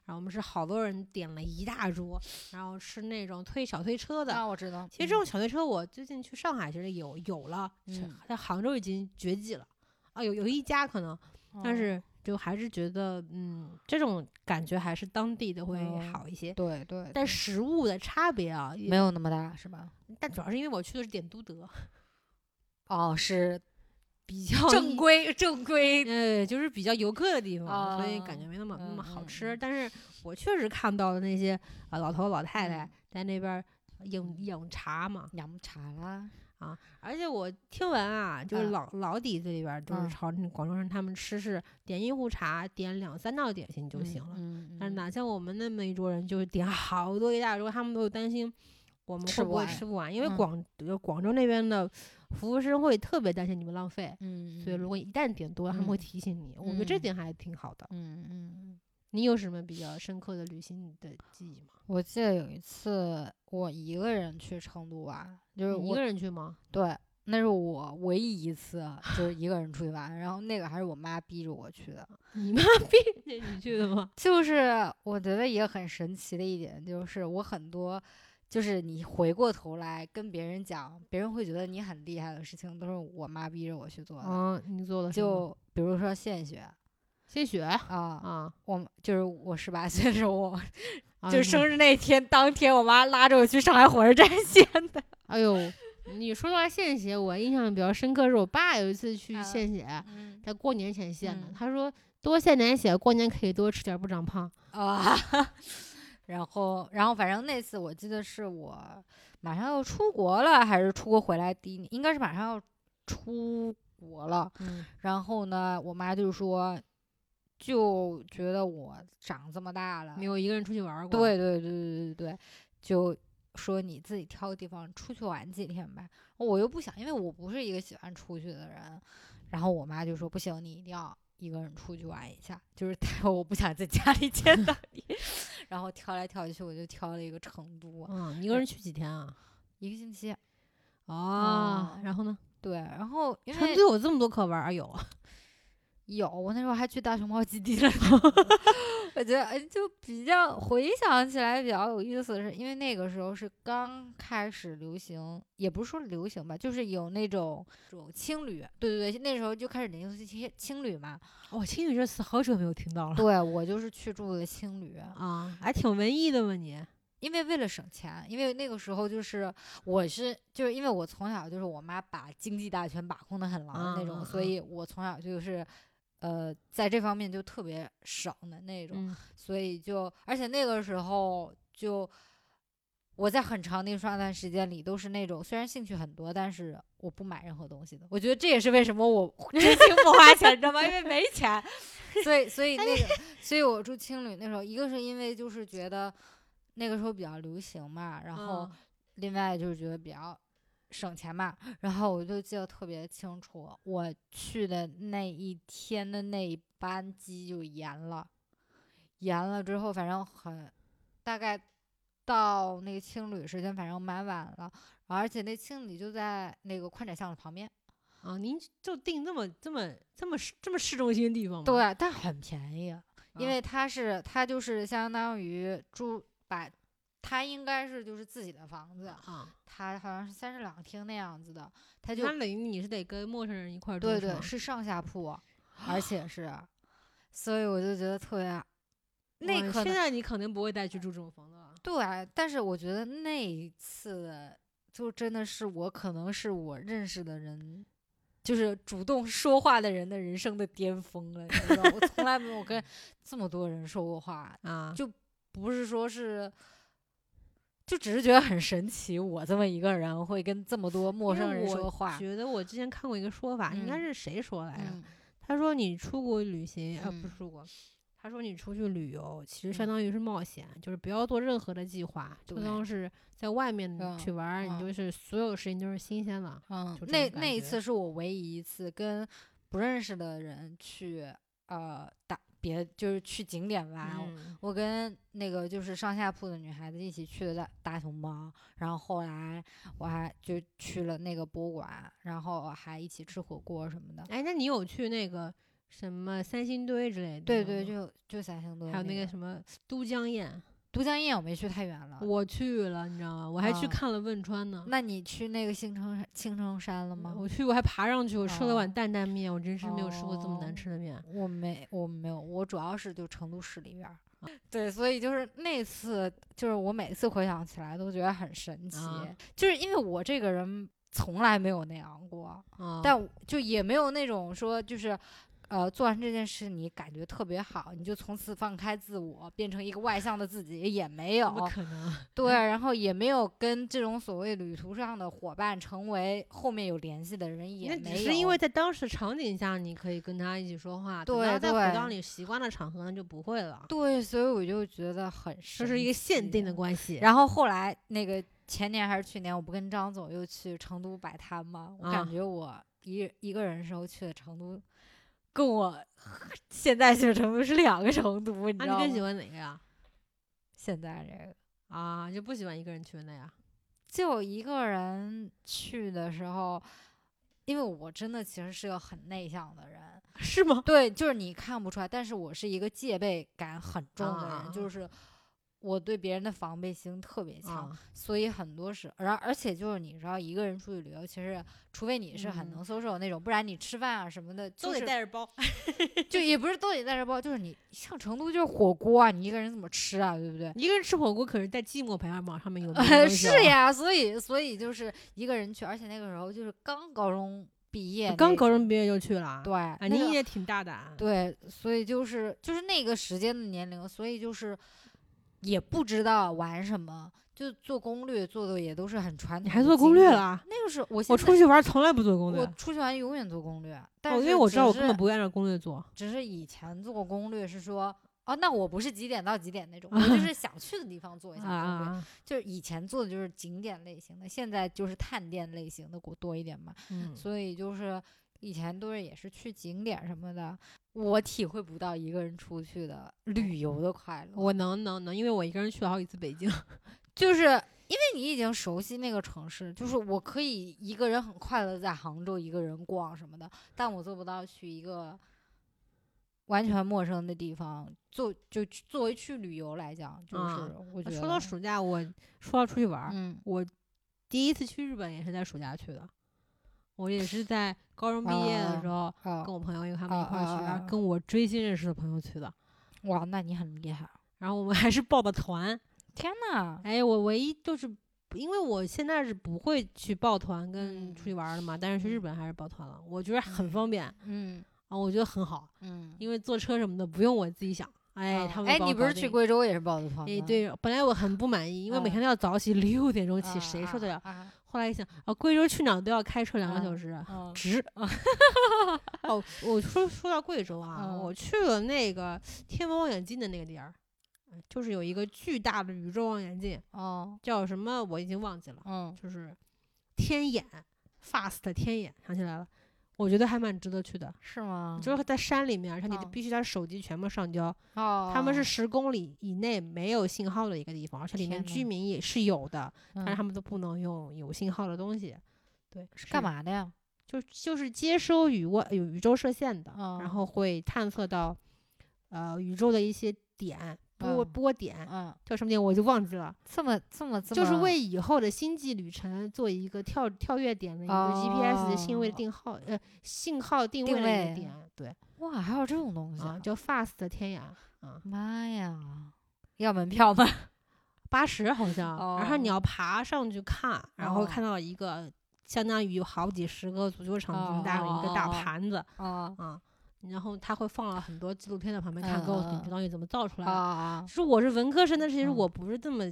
Speaker 1: 然后我们是好多人点了一大桌，然后吃那种推小推车的。
Speaker 2: 那我知道。
Speaker 1: 其实这种小推车，我最近去上海其实有有了，是
Speaker 2: 嗯
Speaker 1: 在杭州已经绝迹了啊，有有一家可能，
Speaker 2: 嗯，
Speaker 1: 但
Speaker 2: 嗯
Speaker 1: 是就还是觉得，嗯，这种感觉还是当地的会
Speaker 2: 哦
Speaker 1: 好一些。
Speaker 2: 对对，
Speaker 1: 但
Speaker 2: 是
Speaker 1: 食物的差别啊，也
Speaker 2: 没有那么大是吧？
Speaker 1: 但主要是因为我去的是点都德，
Speaker 2: 哦，是
Speaker 1: 比较
Speaker 2: *laughs* 正规正规
Speaker 1: 呃，就是比较游客的地方，所以感
Speaker 2: 啊
Speaker 1: 觉没那么、那么好
Speaker 2: 嗯嗯
Speaker 1: 吃。
Speaker 2: 嗯
Speaker 1: 但是我确实看到了那些啊老头老太太
Speaker 2: 嗯
Speaker 1: 在那边儿饮饮茶嘛，
Speaker 2: 凉茶
Speaker 1: 嗯
Speaker 2: 啦，
Speaker 1: 而且我听闻啊，就是
Speaker 2: 嗯
Speaker 1: 老、老底子里边儿就是
Speaker 2: 嗯
Speaker 1: 朝那广州人他们吃是点一壶茶，点两三道点心就
Speaker 2: 嗯
Speaker 1: 行了。
Speaker 2: 嗯
Speaker 1: 但是
Speaker 2: 嗯
Speaker 1: 哪像我们那么一桌人，就是点好多一大桌，他们都有担心。我们
Speaker 2: 吃
Speaker 1: 会
Speaker 2: 不
Speaker 1: 不会
Speaker 2: 完
Speaker 1: 吃不完？因为
Speaker 2: 嗯
Speaker 1: 广、呃广州那边的服务生会特别担心你们浪费，
Speaker 2: 嗯，
Speaker 1: 所以
Speaker 2: 嗯
Speaker 1: 如果一旦点多，他们会
Speaker 2: 嗯
Speaker 1: 提醒你。我觉得这
Speaker 2: 嗯
Speaker 1: 点还挺好的。
Speaker 2: 嗯嗯嗯。
Speaker 1: 你有什么比较深刻的旅行的记忆吗？
Speaker 2: 我记得有一次我一个人去成都玩，就是
Speaker 1: 你一
Speaker 2: 我
Speaker 1: 个人去
Speaker 2: *laughs*
Speaker 1: 吗？
Speaker 2: 对，那是我唯一一次就是一个人出去玩，然后那个还是我妈逼着我去的，
Speaker 1: 你妈逼着你去的
Speaker 2: *laughs*
Speaker 1: 吗？
Speaker 2: 就是我觉得也很神奇的一点就是我很多。就是你回过头来跟别人讲，别人会觉得你很厉害的事情，都是我妈逼着我去做的。
Speaker 1: 啊，你做了什么
Speaker 2: 嗯就比如说献血
Speaker 1: 献血
Speaker 2: 啊，
Speaker 1: 啊，
Speaker 2: 我就是我十八岁的时候，我
Speaker 1: 啊
Speaker 2: 就是生日那天当天，我妈拉着我去上海火车站 *laughs* 献的。
Speaker 1: 哎呦，你说到献血，我印象比较深刻是我爸有一次去
Speaker 2: 啊
Speaker 1: 献血，
Speaker 2: 嗯
Speaker 1: 在过年前献的。
Speaker 2: 嗯
Speaker 1: 他说多献点血，过年可以多吃点，不长胖。
Speaker 2: *laughs* 啊，然后然后反正那次我记得是我马上要出国了，还是出国回来第一年，应该是马上要出国了。
Speaker 1: 嗯
Speaker 2: 然后呢，我妈就说。就觉得我长这么大了
Speaker 1: 没，有一个人出去玩儿过。
Speaker 2: 对对对对对对，就说你自己挑个地方出去玩几天吧。我又不想，因为我不是一个喜欢出去的人。然后我妈就说不行，你一定要一个人出去玩一下，就是她我不想在家里见到你。 *laughs* 然后挑来挑去，我就挑了一个成都，
Speaker 1: 嗯，一个人去几天啊？
Speaker 2: 一个星期。
Speaker 1: 哦
Speaker 2: 哦，
Speaker 1: 然后呢？
Speaker 2: 对，然后因
Speaker 1: 成
Speaker 2: 为
Speaker 1: 都有这么多可玩儿啊？有啊，
Speaker 2: 有，我那时候还去大熊猫基地了呢。我觉得，哎，就比较回想起来比较有意思的是，因为那个时候是刚开始流行，也不是说流行吧，就是有那种这种青旅，对对对，那时候就开始流行青青旅嘛。
Speaker 1: 我青旅这词好久没有听到了
Speaker 2: 对我就是去住的青旅，
Speaker 1: 啊，还挺文艺的嘛你。
Speaker 2: 因为为了省钱，因为那个时候就是我是就是因为我从小就是我妈把经济大权把控的很牢的那种，
Speaker 1: 嗯嗯
Speaker 2: 所以我从小就是。呃，在这方面就特别省的那种，
Speaker 1: 嗯
Speaker 2: 所以就，而且那个时候就我在很长的一段时间里都是那种虽然兴趣很多，但是我不买任何东西的。我觉得这也是为什么我真心不花钱，你知道吗？因为没钱，所以所以那个，所以我住青旅那时候，一个是因为就是觉得那个时候比较流行嘛，然后另外就是觉得比较。省钱嘛，然后我就记得特别清楚，我去的那一天的那一班机就延了，延了之后，反正很大概到那个青旅时间，反正蛮晚了，而且那青旅就在那个宽窄巷的旁边。
Speaker 1: 嗯啊，您就定这么这么这么市这么市中心的地方吗？
Speaker 2: 对，啊但很便宜，嗯因
Speaker 1: 啊
Speaker 2: 为它是它就是相当于住把，它应该是就是自己的房子，
Speaker 1: 啊，
Speaker 2: 它好像是三室两厅那样子的，它就
Speaker 1: 那等于你是得跟陌生人一块儿住
Speaker 2: 对
Speaker 1: 是
Speaker 2: 对
Speaker 1: 吗啊
Speaker 2: 是上下铺，而且是，所以我就觉得特别。啊那
Speaker 1: 哇
Speaker 2: 可
Speaker 1: 现
Speaker 2: 能
Speaker 1: 在你肯定不会再去住这种房子了。
Speaker 2: 对，但是我觉得那一次就真的是我，可能是我认识的人，就是主动说话的人的人生的巅峰了。你知道，我从来没有
Speaker 1: *laughs*
Speaker 2: 跟这么多人说过话，
Speaker 1: 啊
Speaker 2: 就不是说是，就只是觉得很神奇，我这么一个人会跟这么多陌
Speaker 1: 因为
Speaker 2: 生人
Speaker 1: 我
Speaker 2: 说话。
Speaker 1: 觉得我之前看过一个说法，应该
Speaker 2: 嗯
Speaker 1: 是谁说来着？
Speaker 2: 嗯
Speaker 1: 他说你出国旅行，呃，不
Speaker 2: 嗯
Speaker 1: 是出国，他说你出去旅游，其实相
Speaker 2: 嗯
Speaker 1: 当于是冒险，就是不要做任何的计划，就
Speaker 2: 对
Speaker 1: 当是在外面
Speaker 2: 嗯
Speaker 1: 去玩儿，你
Speaker 2: 嗯
Speaker 1: 就是所有事情都是新鲜的。
Speaker 2: 嗯
Speaker 1: 就，这
Speaker 2: 那
Speaker 1: 种感
Speaker 2: 那一
Speaker 1: 觉
Speaker 2: 次是我唯一一次跟不认识的人去呃打别就是去景点玩。
Speaker 1: 嗯
Speaker 2: 我跟那个就是上下铺的女孩子一起去的大大熊猫，然后后来我还就去了那个博物馆，然后还一起吃火锅什么的。
Speaker 1: 哎，那你有去那个什么三星堆之类的地
Speaker 2: 对
Speaker 1: 方吗？
Speaker 2: 对，就啊就三星堆。
Speaker 1: 嗯还有
Speaker 2: 那
Speaker 1: 那个什么都江堰，
Speaker 2: 都江堰，我没去太远了。
Speaker 1: 我去了，你知道吗？我还去
Speaker 2: 啊
Speaker 1: 看了汶川呢。
Speaker 2: 那你去那个青城青城山了吗？
Speaker 1: 我去，我还爬上去，我吃了碗
Speaker 2: 哦
Speaker 1: 担担面，我真是没有吃过这么难
Speaker 2: 哦
Speaker 1: 吃的面。
Speaker 2: 我没，我没有，我主要是就成都市里边儿。
Speaker 1: 啊
Speaker 2: 对，所以就是那次，就是我每次回想起来都觉得很神奇，
Speaker 1: 啊
Speaker 2: 就是因为我这个人从来没有那样过，
Speaker 1: 啊、
Speaker 2: 但我就也没有那种说就是。呃，做完这件事你感觉特别好，你就从此放开自我，变成一个外向的自己也没
Speaker 1: 怎么
Speaker 2: 有，
Speaker 1: 可能？
Speaker 2: 对，然后也没有跟这种所谓旅途上的伙伴成为后面有联系的人也
Speaker 1: 那
Speaker 2: 没有，
Speaker 1: 只是因为在当时的场景下，你可以跟他一起说话，等
Speaker 2: 对
Speaker 1: 到再回
Speaker 2: 对
Speaker 1: 到你习惯的场合，那就不会了。
Speaker 2: 对，所以我就觉得很
Speaker 1: 这
Speaker 2: 神
Speaker 1: 是一个限
Speaker 2: 奇啊
Speaker 1: 定的关系。
Speaker 2: 然后后来那个前年还是去年，我不跟张总又去成都摆摊嘛，我
Speaker 1: 啊
Speaker 2: 感觉我一一个人时候去的成都，跟我 *laughs* 现在去的成都是两个成都，你
Speaker 1: 那、
Speaker 2: 知道
Speaker 1: 啊你更喜
Speaker 2: 吗？
Speaker 1: 欢哪个呀？
Speaker 2: 现在这个
Speaker 1: 啊，就不喜欢一个人去的呀？
Speaker 2: 就一个人去的时候，因为我真的其实是个很内向的人，
Speaker 1: 是吗？
Speaker 2: 对， *laughs* 就是你看不出来，但是我是一个戒备感很重的人，
Speaker 1: 啊
Speaker 2: 就是我对别人的防备心特别强，
Speaker 1: 啊
Speaker 2: 所以很多时，然后而且就是你知道，一个人出去旅游，其实除非你是很
Speaker 1: 嗯
Speaker 2: 能 social 那种，不然你吃饭啊什么的，就
Speaker 1: 都
Speaker 2: 是
Speaker 1: 得带着包。
Speaker 2: 就也不是都得带着包，就是你像成都就是火锅啊，你一个人怎么吃啊，对不对？
Speaker 1: 一个人吃火锅可是带寂寞排行榜上面
Speaker 2: *laughs*
Speaker 1: 有名的
Speaker 2: 呃，
Speaker 1: 东西
Speaker 2: 是
Speaker 1: 哦，
Speaker 2: 呀，所以所以就是一个人去，而且那个时候就是刚高中毕业那，
Speaker 1: 啊刚高中毕业就去了。
Speaker 2: 对，
Speaker 1: 啊，
Speaker 2: 那个
Speaker 1: 您也挺大胆。
Speaker 2: 对，所以就是就是那个时间的年龄，所以就是也不知道玩什么，就做攻略做的也都是很传统。
Speaker 1: 你还做攻略了？ *laughs*
Speaker 2: 了？
Speaker 1: 啊？
Speaker 2: 那个是我
Speaker 1: 我
Speaker 2: 现
Speaker 1: 出
Speaker 2: 在
Speaker 1: 去玩从来不做攻略，
Speaker 2: 我出去玩永远做攻略，但
Speaker 1: 哦，
Speaker 2: 是
Speaker 1: 因为我知道
Speaker 2: 只
Speaker 1: 我根
Speaker 2: 是
Speaker 1: 本不会按照攻略做。
Speaker 2: 只是以前做攻略是说，哦，那我不是几点到几点那种，我
Speaker 1: *laughs*
Speaker 2: 就是想去的地方做一下
Speaker 1: 啊
Speaker 2: 攻略。
Speaker 1: 啊！
Speaker 2: 就是以前做的就是景点类型的，现在就是探店类型的多一点嘛。
Speaker 1: 嗯，
Speaker 2: 所以就是以前都是也是去景点什么的，我体会不到一个人出去的旅游的快乐。
Speaker 1: 我能能能，因为我一个人去了好几次北京。
Speaker 2: 就是因为你已经熟悉那个城市，就是我可以一个人很快乐地在杭州一个人逛什么的，但我做不到去一个完全陌生的地方。作就去作为去旅游来讲，就
Speaker 1: 啊
Speaker 2: 是我觉得、
Speaker 1: 说到暑假，我说到出去玩儿，
Speaker 2: 嗯，
Speaker 1: 我第一次去日本也是在暑假去的，我也是在高中毕业的时候，跟
Speaker 2: 哦，
Speaker 1: 我朋友因为他们一块
Speaker 2: 啊
Speaker 1: 儿去，
Speaker 2: 啊啊
Speaker 1: 然后
Speaker 2: 啊
Speaker 1: 跟我追星认识的朋友去的，
Speaker 2: 哇，那你很厉害！
Speaker 1: 然后我们还是报的团。
Speaker 2: 天呐，
Speaker 1: 哎，我唯一就是因为我现在是不会去抱团跟
Speaker 2: 嗯
Speaker 1: 出去玩儿的嘛，但是去日
Speaker 2: 嗯
Speaker 1: 本还是抱团了，我觉得很
Speaker 2: 嗯
Speaker 1: 方便
Speaker 2: 嗯
Speaker 1: 啊，我觉得很好，
Speaker 2: 嗯，
Speaker 1: 因为坐车什么的不用我自己想。哎，
Speaker 2: 哦
Speaker 1: 他们
Speaker 2: 哎，
Speaker 1: 帮我
Speaker 2: 你不
Speaker 1: 搞
Speaker 2: 是
Speaker 1: 定
Speaker 2: 去贵州也是报的团
Speaker 1: 哎，
Speaker 2: 吗？
Speaker 1: 对，本来我很不满意，因为每天都要早起， *laughs* 六点钟
Speaker 2: 啊，
Speaker 1: 起，谁受得了？
Speaker 2: 啊？啊
Speaker 1: 后来一想，啊，贵州去哪儿都要开车两个
Speaker 2: 啊
Speaker 1: 小时，
Speaker 2: *laughs* 嗯
Speaker 1: 值。哦，我说说到贵州啊，
Speaker 2: 嗯
Speaker 1: 我去了那个天文望远镜的那个地儿，呃就是有一个巨大的宇宙望远镜，
Speaker 2: 哦，
Speaker 1: 叫什么我已经忘记了，
Speaker 2: 嗯，
Speaker 1: 就是天眼，FAST 天眼，想起来了。我觉得还蛮值得去的，
Speaker 2: 是吗？
Speaker 1: 就是在山里面，而且你
Speaker 2: 嗯
Speaker 1: 必须把手机全部上交，
Speaker 2: 哦，
Speaker 1: 他们是十公里以内没有信号的一个地方，而且里面
Speaker 2: 天呐
Speaker 1: 居民也是有的，但是
Speaker 2: 嗯
Speaker 1: 他们都不能用有信号的东西。对，是
Speaker 2: 干？嘛的呀？
Speaker 1: 就就是接收宇外有宇宙射线的，
Speaker 2: 哦
Speaker 1: 然后会探测到呃宇宙的一些点波、
Speaker 2: 嗯
Speaker 1: 波点，
Speaker 2: 嗯，
Speaker 1: 叫什么点我就忘记了，
Speaker 2: 这么这么这么，
Speaker 1: 就是为以后的星际旅程做一个跳跳跃点的一个 GPS 的信位
Speaker 2: 哦
Speaker 1: 定号、呃信号定位
Speaker 2: 定
Speaker 1: 的一个
Speaker 2: 位
Speaker 1: 点，对
Speaker 2: 哇，还有这种东西
Speaker 1: 啊，叫 FAST 的天眼啊，
Speaker 2: 妈呀，要门票吗？ *laughs*
Speaker 1: 八十好像，然后你
Speaker 2: 哦
Speaker 1: 要爬上去看，然后
Speaker 2: 哦
Speaker 1: 看到一个相当于有好几十个足球场这么
Speaker 2: 哦
Speaker 1: 大的一个大
Speaker 2: 哦哦哦
Speaker 1: 盘子
Speaker 2: 啊
Speaker 1: 啊，然后他会放了很多纪录片在旁边，他告诉你
Speaker 2: 嗯嗯
Speaker 1: 这东西怎么造出来
Speaker 2: 啊
Speaker 1: 的。
Speaker 2: 啊！
Speaker 1: 就是我是文科生，但是其实
Speaker 2: 嗯
Speaker 1: 我不是这么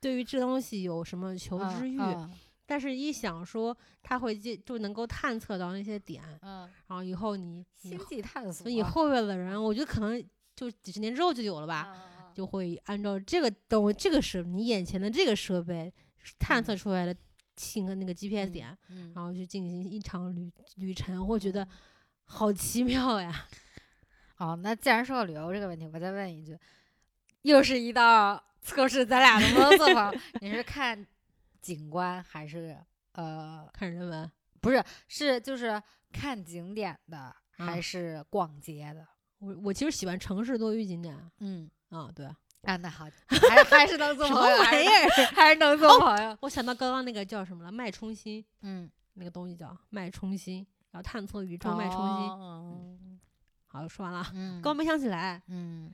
Speaker 1: 对于这东西有什么求知欲，
Speaker 2: 嗯
Speaker 1: 但是一想说他会接就能够探测到那些点，
Speaker 2: 嗯，
Speaker 1: 然后以后你你
Speaker 2: 星际探索
Speaker 1: 所以后面的人，我觉得可能就几十年之后就
Speaker 2: 啊
Speaker 1: 有了吧。
Speaker 2: 吧
Speaker 1: 就会按照这个等这个设你眼前的这个设备探测出来的信跟那个 GPS 点，
Speaker 2: 嗯，
Speaker 1: 然后去进行一场旅旅程，会觉得好奇妙呀！
Speaker 2: 哦，那既然说到旅游这个问题，我再问一句，又是一道测试咱俩能不能
Speaker 1: *laughs*
Speaker 2: 做好？你是看景观还是呃，
Speaker 1: 看人文，
Speaker 2: 不是是就是看景点的，还
Speaker 1: 嗯
Speaker 2: 是逛街的？
Speaker 1: 我我其实喜欢城市多于景点
Speaker 2: 嗯。
Speaker 1: 啊，对。
Speaker 2: 啊，那
Speaker 1: *laughs*
Speaker 2: 好，还还是能做
Speaker 1: 什么
Speaker 2: 朋友，还
Speaker 1: 玩
Speaker 2: 是
Speaker 1: 意
Speaker 2: 能 *laughs* 还是能做朋友。
Speaker 1: 我想到刚刚那个叫什么了，脉冲星
Speaker 2: 嗯，
Speaker 1: 那个东西叫脉冲星，然后探测宇宙
Speaker 2: 装
Speaker 1: 脉
Speaker 2: 麦
Speaker 1: 冲星。
Speaker 2: 心，
Speaker 1: 好，说完了啊，
Speaker 2: 嗯，
Speaker 1: 刚没想起来，
Speaker 2: 嗯，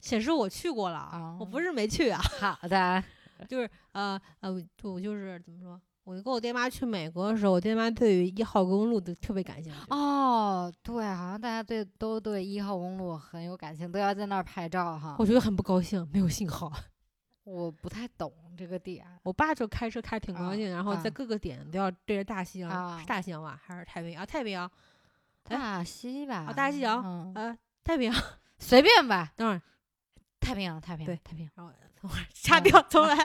Speaker 1: 显示我去过了啊，我不是没去啊， *laughs*
Speaker 2: 好的，
Speaker 1: 就是呃呃，我就我就是怎么说？我跟我爹妈去美国的时候，我爹妈对于一号公路都特别感兴趣。
Speaker 2: 哦，对，好像大家对都对一号公路很有感情，都要在那儿拍照哈
Speaker 1: 我。觉得很不高兴，没有信号。 *laughs*
Speaker 2: 我不太懂这个点
Speaker 1: 我爸就开车开挺高兴，然后在
Speaker 2: 啊
Speaker 1: 各个点都要对着大西洋，
Speaker 2: 啊
Speaker 1: 是大西洋吧，还是太平洋？啊，太平洋，哎
Speaker 2: 大西吧，
Speaker 1: 啊大西洋
Speaker 2: 嗯
Speaker 1: 呃，太平洋。
Speaker 2: 随便吧，
Speaker 1: 等会儿，
Speaker 2: 太平洋，太平
Speaker 1: 对
Speaker 2: 洋，太平洋。
Speaker 1: 然后等会儿掐掉，重来。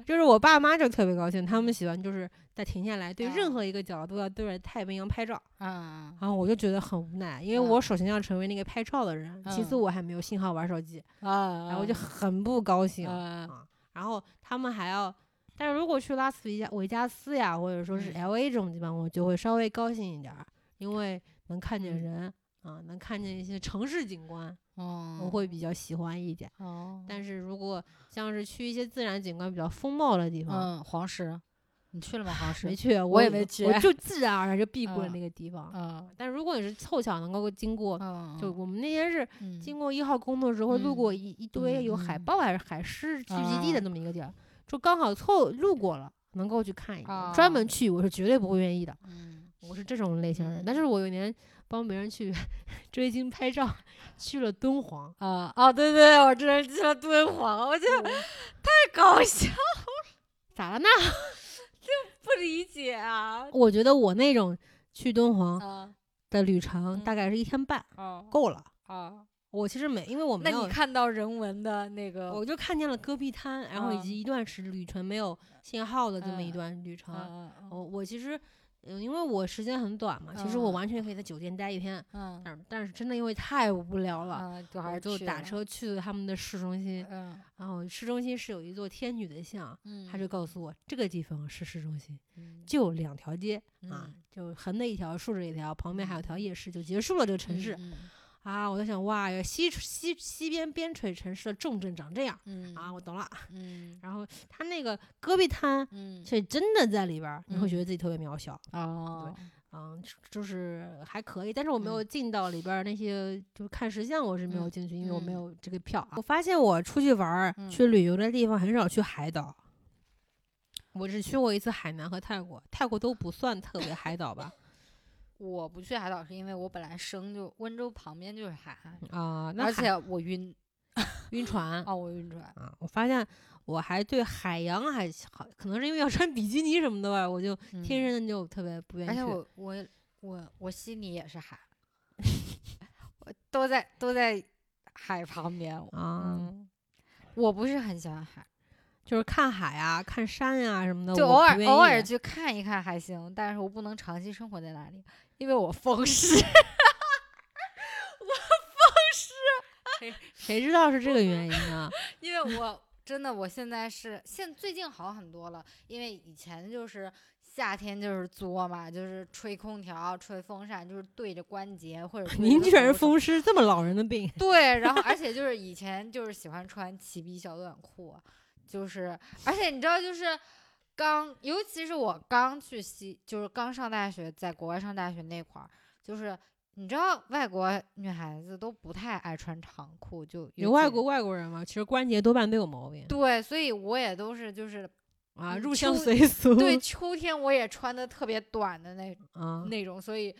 Speaker 1: *laughs* 就是我爸妈就特别高兴，他们喜欢就是在停下来，对任
Speaker 2: 啊
Speaker 1: 何一个角度要对着太平洋拍照。
Speaker 2: 嗯，
Speaker 1: 然后我就觉得很无奈，因为我首先要成为那个拍照的人，其次
Speaker 2: 嗯
Speaker 1: 我还没有信号玩手机，
Speaker 2: 啊，
Speaker 1: 哎然后我就很不高兴。
Speaker 2: 嗯
Speaker 1: 啊，然后他们还要，但是如果去拉斯维加维加斯呀，或者说是
Speaker 2: 嗯
Speaker 1: L A 这种地方，我就会稍微高兴一点儿，因为能看见
Speaker 2: 嗯
Speaker 1: 人、啊，能看见一些城市景观，
Speaker 2: 嗯，
Speaker 1: 我会比较喜欢一点。
Speaker 2: 哦，
Speaker 1: 但是如果像是去一些自然景观比较风貌的地方，
Speaker 2: 嗯，黄石，你去了吗？黄石
Speaker 1: 没，去，啊
Speaker 2: 我也没
Speaker 1: 我
Speaker 2: 去
Speaker 1: 就自然而然就避过了
Speaker 2: 嗯
Speaker 1: 那个地方。
Speaker 2: 嗯
Speaker 1: 但如果你是凑巧能够经过，
Speaker 2: 嗯，
Speaker 1: 就我们那天是
Speaker 2: 嗯
Speaker 1: 经过一号公路时候，路
Speaker 2: 嗯
Speaker 1: 过一、一堆有海
Speaker 2: 嗯嗯
Speaker 1: 豹还是海狮聚集地的
Speaker 2: 啊
Speaker 1: 那么一个地儿，就刚好凑路过了，能够去看一看。
Speaker 2: 啊
Speaker 1: 专门去我是绝对不会愿意的，
Speaker 2: 嗯。
Speaker 1: 我是这种类型人。
Speaker 2: 嗯
Speaker 1: 但是我有一年帮别人去 *laughs* 追星拍照，去了敦 *laughs* 煌，
Speaker 2: 啊、哦，对对，我之前去了敦煌，我觉得太搞笑。
Speaker 1: 咋了呢？
Speaker 2: 不理解啊。
Speaker 1: 我觉得我那种去敦煌
Speaker 2: 啊
Speaker 1: 的旅程
Speaker 2: 嗯
Speaker 1: 大概是一天半，
Speaker 2: 哦
Speaker 1: 够了。
Speaker 2: 哦，
Speaker 1: 我其实没，因为我没
Speaker 2: 那
Speaker 1: 有
Speaker 2: 你，看到人文的那个，
Speaker 1: 哦我就看见了戈壁滩，然后以
Speaker 2: 啊
Speaker 1: 及一段是旅程没有信号的这么一
Speaker 2: 嗯
Speaker 1: 段旅程。
Speaker 2: 嗯嗯
Speaker 1: 我我其实，嗯、因为我时间很短嘛，其实我
Speaker 2: 嗯
Speaker 1: 完全可以在酒店待一天，
Speaker 2: 嗯
Speaker 1: 但但是真的因为太无聊了，
Speaker 2: 嗯，就还
Speaker 1: 我
Speaker 2: 是
Speaker 1: 啊就
Speaker 2: 去
Speaker 1: 打
Speaker 2: 了，
Speaker 1: 车去了他们的市中心，
Speaker 2: 嗯
Speaker 1: 然后市中心是有一座天女的像，
Speaker 2: 嗯，
Speaker 1: 他就告诉我这个地方是市中心，
Speaker 2: 嗯
Speaker 1: 就两条街啊
Speaker 2: 嗯，
Speaker 1: 就横的一条，竖着一条，旁边还有条夜市，就结束了这个城市
Speaker 2: 嗯嗯
Speaker 1: 啊。我在想，哇，西西西边边陲城市的重镇长这样
Speaker 2: 嗯
Speaker 1: 啊，，我懂了。
Speaker 2: 嗯
Speaker 1: 然后它那个戈壁滩。
Speaker 2: 嗯，
Speaker 1: 却真的在里边儿，你会
Speaker 2: 嗯
Speaker 1: 觉得自己特别渺小，
Speaker 2: 哦，
Speaker 1: 嗯，就是还可以，但是我没有
Speaker 2: 嗯
Speaker 1: 进到里边儿那些，就是看石像，我是没有
Speaker 2: 嗯
Speaker 1: 进去，因为我没
Speaker 2: 嗯
Speaker 1: 有这个票啊。我发现我出去玩儿、
Speaker 2: 嗯
Speaker 1: 去旅游的地方很少去海岛，我只去过一次海南和泰国，泰国都不算特别海岛 *laughs* 吧？
Speaker 2: 我不去海岛是因为我本来生就温州旁边就是海，
Speaker 1: 啊、那
Speaker 2: 而
Speaker 1: 海
Speaker 2: 且我晕，
Speaker 1: 晕船
Speaker 2: 哦，我晕船，
Speaker 1: 啊，我发现我还对海洋还好，可能是因为要穿比基尼什么的吧，我就
Speaker 2: 嗯
Speaker 1: 天生就特别不愿意
Speaker 2: 而
Speaker 1: 去。
Speaker 2: 且我我也我我悉尼也是海， *laughs* 我都在都在海旁边。
Speaker 1: 啊、
Speaker 2: 嗯，我不是很喜欢海，
Speaker 1: 就是看海啊、看山啊什么的，
Speaker 2: 就
Speaker 1: 我不
Speaker 2: 偶尔
Speaker 1: 愿
Speaker 2: 偶
Speaker 1: 意
Speaker 2: 尔去看一看还行，但是我不能长期生活在那里，因为我风湿。 *laughs*
Speaker 1: 谁知道是这个原因
Speaker 2: *laughs*
Speaker 1: 呢？
Speaker 2: 因为我真的我现在是现最近好很多了，因为以前就是夏天就是作嘛，就是吹空调、吹风扇，就是对着关节 *laughs* 或者对
Speaker 1: 您居
Speaker 2: 着
Speaker 1: 然是
Speaker 2: 头
Speaker 1: 风湿，这么老人的 *laughs* 病
Speaker 2: 对，然后而且就是以前就是喜欢穿齐逼小短裤，就是而且你知道就是刚，尤其是我刚去西，就是刚上大学，在国外上大学那块儿，就是你知道外国女孩子都不太爱穿长裤，就
Speaker 1: 有
Speaker 2: 尤
Speaker 1: 外
Speaker 2: 其
Speaker 1: 国外国人嘛，其实关节多半都有毛病
Speaker 2: 对，所以我也都
Speaker 1: *laughs*
Speaker 2: 是就是
Speaker 1: 啊，
Speaker 2: 嗯
Speaker 1: 入乡
Speaker 2: 秋
Speaker 1: 随俗。
Speaker 2: 对秋天我也穿的特别短的那
Speaker 1: 啊
Speaker 2: 那种，所以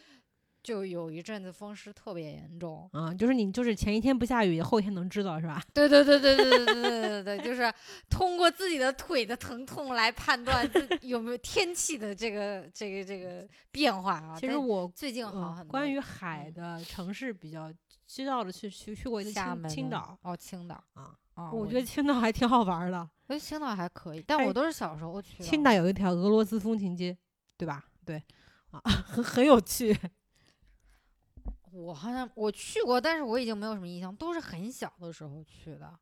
Speaker 2: 就有一阵子风湿特别严重。
Speaker 1: 啊，就是你就是前一天不下雨，后天能知道是吧？
Speaker 2: 对对对对对对对对对对，就是通过自己的腿的疼痛来判
Speaker 1: *laughs*
Speaker 2: 断自己有没有天气的这个这个这个变化啊。
Speaker 1: 其实
Speaker 2: 但
Speaker 1: 我
Speaker 2: 最近好
Speaker 1: 嗯
Speaker 2: 很多。
Speaker 1: 关于海
Speaker 2: 嗯
Speaker 1: 的城市比较知道的去去去过一次
Speaker 2: 厦
Speaker 1: 青
Speaker 2: 门
Speaker 1: 青
Speaker 2: 的
Speaker 1: 岛，
Speaker 2: 哦，青岛
Speaker 1: 啊
Speaker 2: 哦
Speaker 1: 我觉得青岛还挺好玩的。
Speaker 2: 我觉得青岛还可以，但
Speaker 1: 哎
Speaker 2: 我都是小时候去的。
Speaker 1: 青岛有一条俄罗斯风情街，对吧？对啊， *laughs* 很很有趣。
Speaker 2: 我好像我去过，但是我已经没有什么印象，都是很小的时候去的。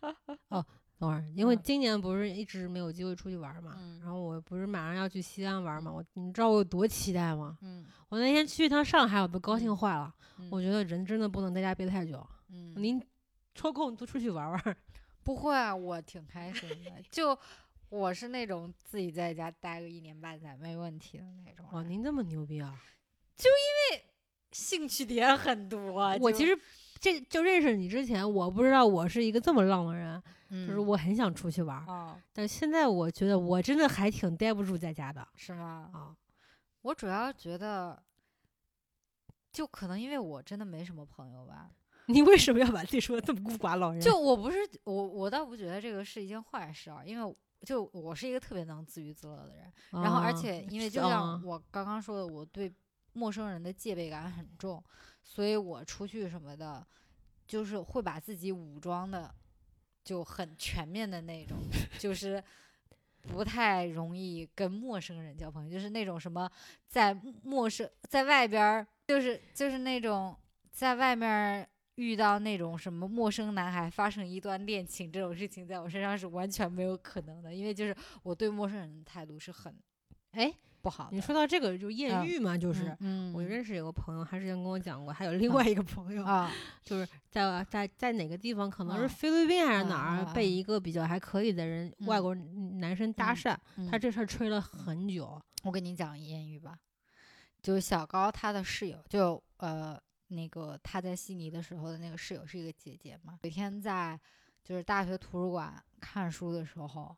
Speaker 1: 等会儿，因为
Speaker 2: 嗯
Speaker 1: 今年不是一直没有机会出去玩儿嘛，
Speaker 2: 嗯
Speaker 1: 然后我不是马上要去西安玩儿嘛，我你知道我有多期待吗？
Speaker 2: 嗯，
Speaker 1: 我那天去一趟上海，我都高兴
Speaker 2: 嗯
Speaker 1: 坏了。
Speaker 2: 嗯
Speaker 1: 我觉得人真的不能在家憋太久，
Speaker 2: 嗯
Speaker 1: 您抽空多出去玩玩儿。
Speaker 2: 不会啊，我挺开心的。就我是那种自己在家待个一年半载没问题的那种
Speaker 1: 哇，
Speaker 2: 人。
Speaker 1: 您这么牛逼啊！
Speaker 2: 兴趣点很多。
Speaker 1: 我
Speaker 2: 啊就
Speaker 1: 其实这就认识你之前，我不知道我是一个这么浪的人，
Speaker 2: 就
Speaker 1: 就是我很想出去玩儿，
Speaker 2: 嗯哦，
Speaker 1: 但现在我觉得我真的还挺待不住在家的
Speaker 2: 是吗？
Speaker 1: 啊。
Speaker 2: 我主要觉得，就可能因为我真的没什么朋友吧。
Speaker 1: 你为什么要把自己说的这么孤寡老人？
Speaker 2: 就我不是我，我倒不觉得这个是一件坏事啊，因为就我是一个特别能自娱自乐的人。然后，而
Speaker 1: 啊
Speaker 2: 且因为就
Speaker 1: 啊
Speaker 2: 像我刚刚说的，我对陌生人的戒备感很重，所以我出去什么的，就是会把自己武装的就很全面的那种，就是不太容易跟陌生人交朋友，就是那种什么在陌生在外边儿，就是就是那种在外面儿遇到那种什么陌生男孩发生一段恋情这种事情，在我身上是完全没有可能的，因为就是我对陌生人的态度是很
Speaker 1: 哎，
Speaker 2: 不好的。
Speaker 1: 你说到这个就艳
Speaker 2: 嗯
Speaker 1: 遇嘛，就、
Speaker 2: 就是嗯，
Speaker 1: 我
Speaker 2: 认
Speaker 1: 认识有个朋友，他之前跟我讲过，还有另
Speaker 2: 啊
Speaker 1: 外一个朋友，
Speaker 2: 啊，
Speaker 1: 就是在在在哪个地方，可能是
Speaker 2: 啊
Speaker 1: 菲律宾还是哪儿，
Speaker 2: 啊啊啊
Speaker 1: 被一个比较还可以的人、外
Speaker 2: 嗯
Speaker 1: 国男生搭
Speaker 2: 嗯
Speaker 1: 讪，他
Speaker 2: 他
Speaker 1: 这事儿吹了很久。
Speaker 2: 我跟你讲艳遇吧，就是小高他的室友，就呃那个他在悉尼的时候的那个室友是一个姐姐嘛，有一天在就是大学图书馆看书的时候，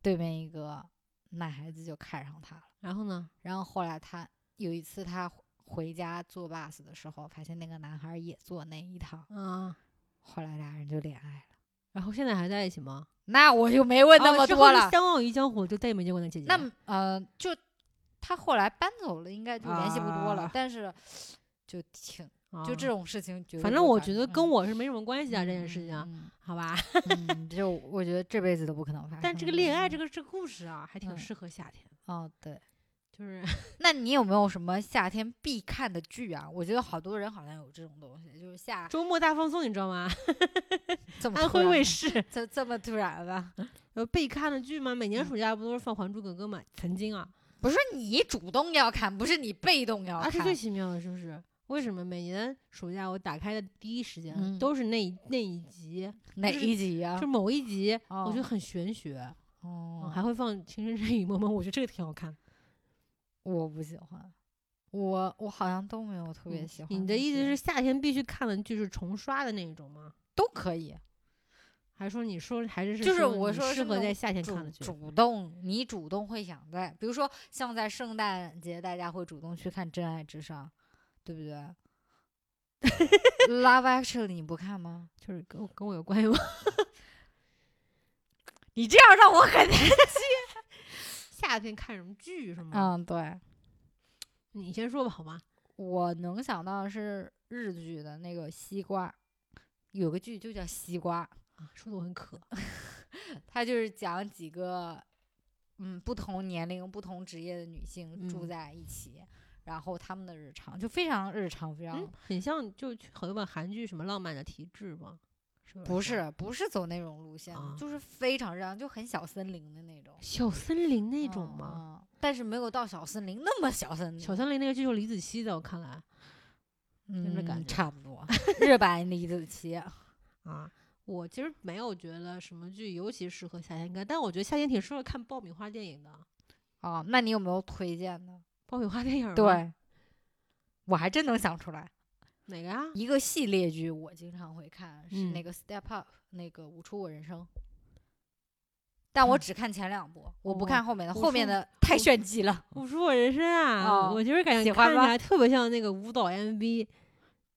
Speaker 2: 对面一个男孩子就看上她了。
Speaker 1: 然后呢，
Speaker 2: 然后后来他有一次他回回家坐 bus 的时候，发现那个男孩儿也坐那一趟，
Speaker 1: 啊
Speaker 2: 后来俩人就恋爱了。
Speaker 1: 然后现在还在一起吗？
Speaker 2: 那我就没问那
Speaker 1: 哦
Speaker 2: 么
Speaker 1: 之
Speaker 2: 多
Speaker 1: 后就
Speaker 2: 了。
Speaker 1: 相忘于江湖，就再也没见过那姐姐。
Speaker 2: 那么呃，就他后来搬走了，应该就联系不多了。
Speaker 1: 啊
Speaker 2: 但是就挺就这
Speaker 1: 啊，
Speaker 2: 种事情绝对不会发
Speaker 1: 反
Speaker 2: 生，
Speaker 1: 正我觉得跟
Speaker 2: 嗯
Speaker 1: 我是没什么关系啊，这件事情啊，
Speaker 2: 嗯
Speaker 1: 好吧？
Speaker 2: 嗯嗯就我觉得这辈子都不可能发生。
Speaker 1: 但这个恋爱这
Speaker 2: 个，
Speaker 1: 个这个故事啊，还挺
Speaker 2: 嗯
Speaker 1: 适合夏天的，
Speaker 2: 哦，对，
Speaker 1: 就是 *laughs*
Speaker 2: 那你有没有什么夏天必看的剧啊？我觉得好多人好像有这种东西，就是夏
Speaker 1: 周末大放松，你知道
Speaker 2: *laughs*
Speaker 1: 吗？
Speaker 2: 这
Speaker 1: *laughs*
Speaker 2: 么
Speaker 1: 安
Speaker 2: 突
Speaker 1: 徽
Speaker 2: 然
Speaker 1: 卫
Speaker 2: 吗 *laughs*
Speaker 1: 视
Speaker 2: 这这么突然了，
Speaker 1: 有必看的剧吗？每年
Speaker 2: 嗯
Speaker 1: 暑假不都是放《还珠格格》吗？曾经啊，
Speaker 2: 不是你主动要看，不是你被动要
Speaker 1: 啊，
Speaker 2: 哦看，
Speaker 1: 是最奇妙的，是不是？为什么每年暑假我打开的第一时间
Speaker 2: 嗯
Speaker 1: 都是那一那一集，
Speaker 2: 哪
Speaker 1: 就是
Speaker 2: 一集呀、
Speaker 1: 就某一集，我觉得
Speaker 2: 哦
Speaker 1: 很玄学，嗯
Speaker 2: 哦，
Speaker 1: 还会放《情深深雨蒙蒙》，我觉得这个挺好看。
Speaker 2: 我不喜欢，我我好像都没有特别
Speaker 1: 嗯
Speaker 2: 喜欢。
Speaker 1: 你的意思是夏天必须看的剧是重刷的那种吗？
Speaker 2: 都可以？
Speaker 1: 还是说你说还是
Speaker 2: 就是
Speaker 1: 说
Speaker 2: 我
Speaker 1: 你
Speaker 2: 说
Speaker 1: 适
Speaker 2: 是
Speaker 1: 合
Speaker 2: 那
Speaker 1: 在
Speaker 2: 种
Speaker 1: 夏天
Speaker 2: 主
Speaker 1: 看的剧？
Speaker 2: 主动，你主动会想在，比如说像在圣诞节，大家会主动去看《真爱至上》，对
Speaker 1: *laughs*
Speaker 2: 不对？Love Actually 你不看吗？
Speaker 1: 就是跟我跟我有关系吗？ *laughs*
Speaker 2: 你这样让我很难。
Speaker 1: 夏天看什么剧是吗？
Speaker 2: 嗯，对，
Speaker 1: 你先说吧，好吗？
Speaker 2: 我能想到的是日剧的那个西瓜，有个剧就叫西瓜，
Speaker 1: 啊，说的我很渴。
Speaker 2: 它就是讲几个嗯不同年龄、不同职业的女性住
Speaker 1: 嗯
Speaker 2: 在一起，然后她们的日常就非常日常，非常、
Speaker 1: 嗯，很像就去好多本韩剧什么《浪漫的体质》吗？是有点
Speaker 2: 不
Speaker 1: 像
Speaker 2: 是不是走那种路线的，
Speaker 1: 啊
Speaker 2: 就是非常让就很小森林的那种
Speaker 1: 小森林那
Speaker 2: 那
Speaker 1: 种吗？
Speaker 2: 但是没有到小森林那么小森林，
Speaker 1: 小森林那个剧就是李子柒，在我看来
Speaker 2: 嗯
Speaker 1: 那感觉
Speaker 2: 差不 *laughs* 多。日版李子柒，
Speaker 1: 啊，我其实没有觉得什么剧尤其适合夏天看，但我觉得夏天挺适合看爆米花电影的。
Speaker 2: *laughs* 哦，那你有没有推荐的？
Speaker 1: 爆米花电影吗，
Speaker 2: 对，我还真能想出来
Speaker 1: 哪个呀、
Speaker 2: 一个系列剧，我经常会看是
Speaker 1: 嗯
Speaker 2: 那个《Step Up》，那个《舞出我人生》。但我
Speaker 1: 嗯
Speaker 2: 只看前两部，我不
Speaker 1: 哦
Speaker 2: 看后面的，
Speaker 1: 舞
Speaker 2: 后面
Speaker 1: 出
Speaker 2: 的太
Speaker 1: 舞
Speaker 2: 炫技了。
Speaker 1: 我说我人生啊，
Speaker 2: 哦
Speaker 1: 我就是感
Speaker 2: 喜
Speaker 1: 觉
Speaker 2: 欢
Speaker 1: 看起
Speaker 2: 吗
Speaker 1: 来特别像那个舞蹈 MV。
Speaker 2: *laughs*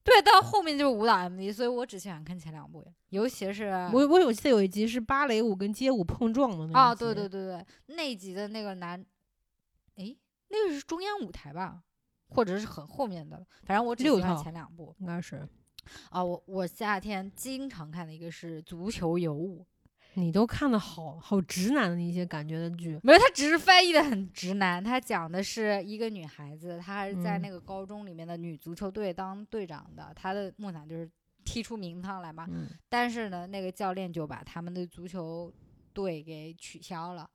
Speaker 2: 对，到后面就是舞蹈 MV，所以我只喜欢看前两部，尤其是
Speaker 1: 我我有记得有一集是芭蕾舞跟街舞碰撞的那
Speaker 2: 啊，
Speaker 1: 一集
Speaker 2: 对对对对，那集的那个男，诶，那个是中央舞台吧，或者是很后面的，反正我只
Speaker 1: 六
Speaker 2: 喜欢
Speaker 1: 套
Speaker 2: 前两部
Speaker 1: 应该是
Speaker 2: 啊。我我夏天经常看的一个是足球尤物，
Speaker 1: 你都看的好好直男的一些感觉的剧，
Speaker 2: 没有，他只是翻译的很直男，他讲的是一个女孩子，她还是在
Speaker 1: 嗯
Speaker 2: 那个高中里面的女足球队当队长的，她的梦想就是踢出名堂来嘛。
Speaker 1: 嗯，
Speaker 2: 但是呢，那个教练就把他们的足球队给取消了，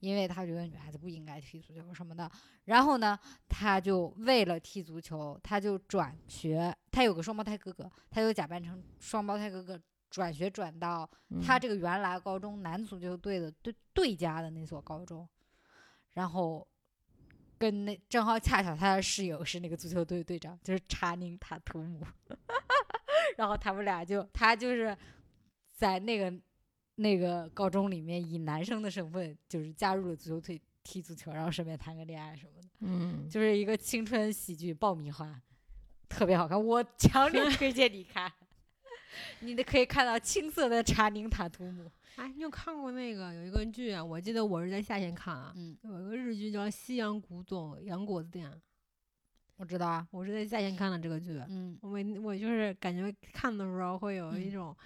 Speaker 2: 因为他觉得女孩子不应该踢足球什么的。然后呢，他就为了踢足球，他就转学。他有个双胞胎哥哥，他就假扮成双胞胎哥哥转学转到
Speaker 1: 嗯
Speaker 2: 他这个原来高中男足球队的对对家的那所高中，然后。跟那正好恰巧他的室友是那个足球队队长，就是查宁塔图姆， *laughs* 然后他们俩就他就是在那个那个高中里面以男生的身份，就是加入了足球队踢足球，然后顺便谈个恋爱什么的，
Speaker 1: 嗯，
Speaker 2: 就是一个青春喜剧爆米花，特别好看，我强烈推荐你看。 *laughs* 你的可以看到青涩的查宁塔图姆，
Speaker 1: 哎，你有看过那个有一个剧啊？我记得我是在夏天看啊，
Speaker 2: 嗯，
Speaker 1: 有一个日剧叫《西洋古董洋果子店》，
Speaker 2: 我知道啊，
Speaker 1: 我是在夏天看的这个剧。
Speaker 2: 嗯，
Speaker 1: 我每我就是感觉看的时候会有一
Speaker 2: 嗯
Speaker 1: 种，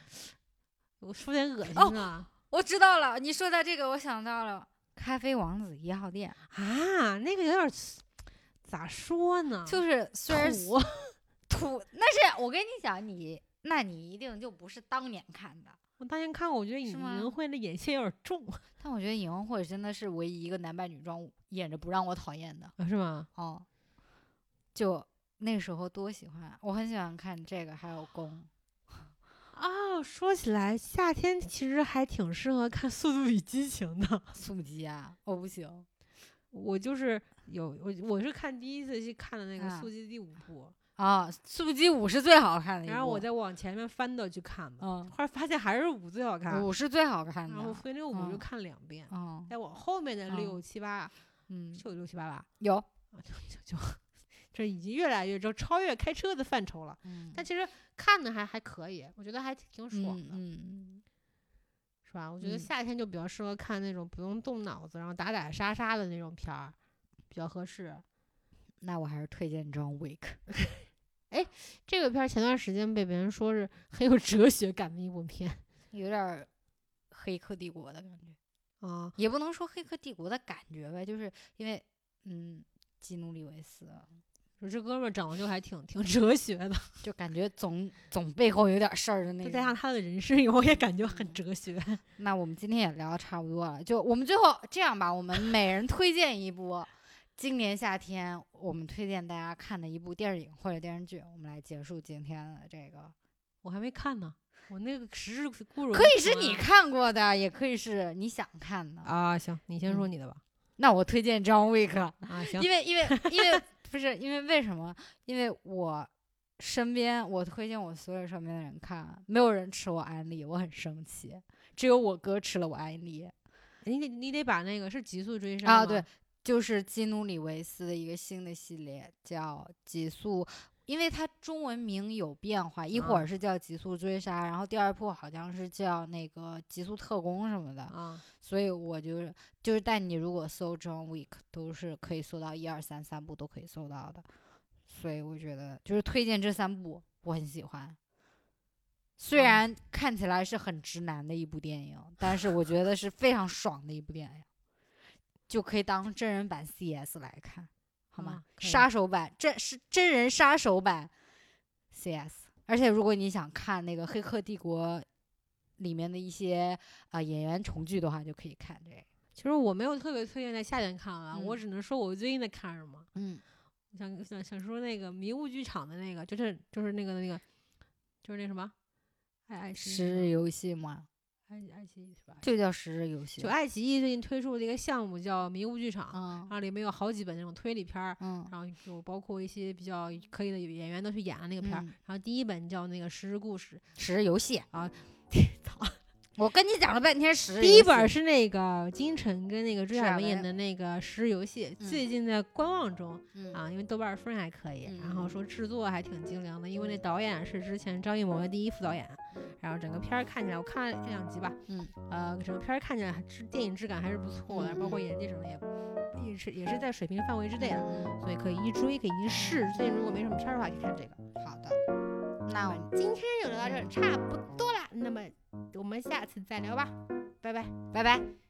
Speaker 1: 我说点恶心
Speaker 2: 哦
Speaker 1: 啊、
Speaker 2: 我知道了。你说到这个，我想到了《咖啡王子一号店
Speaker 1: 啊，那个有点儿咋说呢？》，
Speaker 2: 就是虽然
Speaker 1: 土
Speaker 2: 土，那是我跟你讲，你那你一定就不是当年看的，
Speaker 1: 我当年看过，我觉得尹
Speaker 2: 吗
Speaker 1: 银慧的眼线有点重，
Speaker 2: 但我觉得尹文慧真的是唯一一个男扮女装演着不让我讨厌的
Speaker 1: 啊是吗？
Speaker 2: 哦。就那时候多喜欢，我很喜欢看这个，还有宫。
Speaker 1: 哦，说起来，夏天其实还挺适合看《速度与激情》的。
Speaker 2: 速激啊，我不行。
Speaker 1: 我就是有我我是看第一次去看的那个
Speaker 2: 啊
Speaker 1: 《速激》第五部，
Speaker 2: 啊，速激五是最好看的一部，
Speaker 1: 然后我再往前面翻到去看的，哎
Speaker 2: 嗯，
Speaker 1: 哦后来发现还是五最好看，
Speaker 2: 五是最好看
Speaker 1: 然后
Speaker 2: 的，
Speaker 1: 所以那个五就
Speaker 2: 嗯
Speaker 1: 看两遍。
Speaker 2: 嗯
Speaker 1: 再往后面的
Speaker 2: 嗯
Speaker 1: 六七八
Speaker 2: 嗯
Speaker 1: 是，有六七八吧，
Speaker 2: 有，
Speaker 1: 啊就就就这已经越来越就超越开车的范畴了。
Speaker 2: 嗯
Speaker 1: 但其实看的还还可以，我觉得还挺挺爽
Speaker 2: 嗯
Speaker 1: 的。
Speaker 2: 嗯，
Speaker 1: 是吧？我觉得
Speaker 2: 嗯
Speaker 1: 夏天就比较适合看那种不用动脑子，然后打打杀杀的那种片儿，比较合适。
Speaker 2: 那我还是推荐 John Wick。
Speaker 1: 这个片儿前段时间被别人说是很有哲学感的一部片
Speaker 2: *laughs* 有点儿黑客帝国的感觉，
Speaker 1: 啊，
Speaker 2: 也不能说黑客帝国的感觉吧，就是因为嗯，基努里维斯
Speaker 1: 说这哥们儿长得就还挺挺哲学的，
Speaker 2: 就感觉总总背后有点嗯事儿的那
Speaker 1: 再
Speaker 2: 种。
Speaker 1: 加上他的人生， *laughs* 我也感觉很哲学。 *laughs*
Speaker 2: 那我们今天也聊得差不多了，就我们最后这样吧，我们每人推荐一部今年夏天我们推荐大家看的一部电影或者电视剧，我们来结束今天的这个。
Speaker 1: 我还没看呢，我那个时日固如
Speaker 2: 可以是
Speaker 1: 啊
Speaker 2: 你看过的，也可以是你想看的。
Speaker 1: 啊，行，你先说
Speaker 2: 嗯
Speaker 1: 你的吧。
Speaker 2: 那我推荐 John Wick， *laughs*
Speaker 1: 啊，行，
Speaker 2: 因为因为因为不是因为为什么？因为我身边我推荐我所有身边的人看，没有人吃我安利，我很生气。只有我哥吃了我安利
Speaker 1: 你得你得把那个是极速追杀
Speaker 2: 啊，
Speaker 1: 吗
Speaker 2: 对，，就是基努里维斯的一个新的系列叫《极速》。因为它中文名有变化，一会
Speaker 1: 啊
Speaker 2: 儿是叫《极速追杀》，然后第二部好像是叫那个《极速特工》什么的，
Speaker 1: 啊，
Speaker 2: 所以我就是就是，但你如果搜 John Wick 都是可以搜到一二三三部都可以搜到的，所以我觉得就是推荐这三部，我很喜欢。虽
Speaker 1: 嗯
Speaker 2: 然看起来是很直男的一部电影，但是我觉得是非常爽的一部电影，就可以当真人版 CS 来看，好吗
Speaker 1: 啊？可以
Speaker 2: 杀手版，这是真人杀手版 CS。而且如果你想看那个《黑客帝国》里面的一些啊、演员重聚的话，就可以看这个。
Speaker 1: 其实我没有特别推荐在夏天看啊，我
Speaker 2: 嗯
Speaker 1: 只能说我最近在看什么。
Speaker 2: 嗯，
Speaker 1: 想想想说那个迷雾剧场的那个，就是就是那个那个，就是那什么，爱爱奇艺
Speaker 2: 十
Speaker 1: 是
Speaker 2: 日
Speaker 1: 吗
Speaker 2: 游戏嘛，
Speaker 1: 爱爱奇艺是吧？
Speaker 2: 就叫十日游戏
Speaker 1: 就。爱奇艺最近推出了一个项目叫迷雾剧场，
Speaker 2: 嗯
Speaker 1: 然后里面有好几本那种推理片儿，
Speaker 2: 嗯
Speaker 1: 然后有包括一些比较可以的演员都去演了那个片儿。
Speaker 2: 嗯
Speaker 1: 然后第一本叫那个《十日故事
Speaker 2: 十日游戏
Speaker 1: 啊。
Speaker 2: *laughs* 我跟你讲了半天十日游戏，
Speaker 1: 第一本是那个金晨跟那个朱
Speaker 2: 朱亚
Speaker 1: 亚文
Speaker 2: 文
Speaker 1: 演的那个《十日游戏》，
Speaker 2: 嗯
Speaker 1: 最近在观望中。
Speaker 2: 嗯
Speaker 1: 啊，因为豆瓣儿分还可以，然后
Speaker 2: 嗯
Speaker 1: 说制作还挺精良的，因为那导演是之前张艺谋的第一副导演，然后整个片儿看起来，我看了两集吧，
Speaker 2: 嗯，
Speaker 1: 呃，整个片儿看起来还是电影质感还是不错的，包括
Speaker 2: 嗯嗯
Speaker 1: 演技什么的也也是也是在水平范围之内的，
Speaker 2: 嗯
Speaker 1: 所以可以一追，可以一试。最近如果没什么片儿的话，可以看这个。
Speaker 2: 好的，那我们
Speaker 1: 今天就聊到这儿差不多啦，那么我们下次再聊吧，拜拜。
Speaker 2: 拜拜。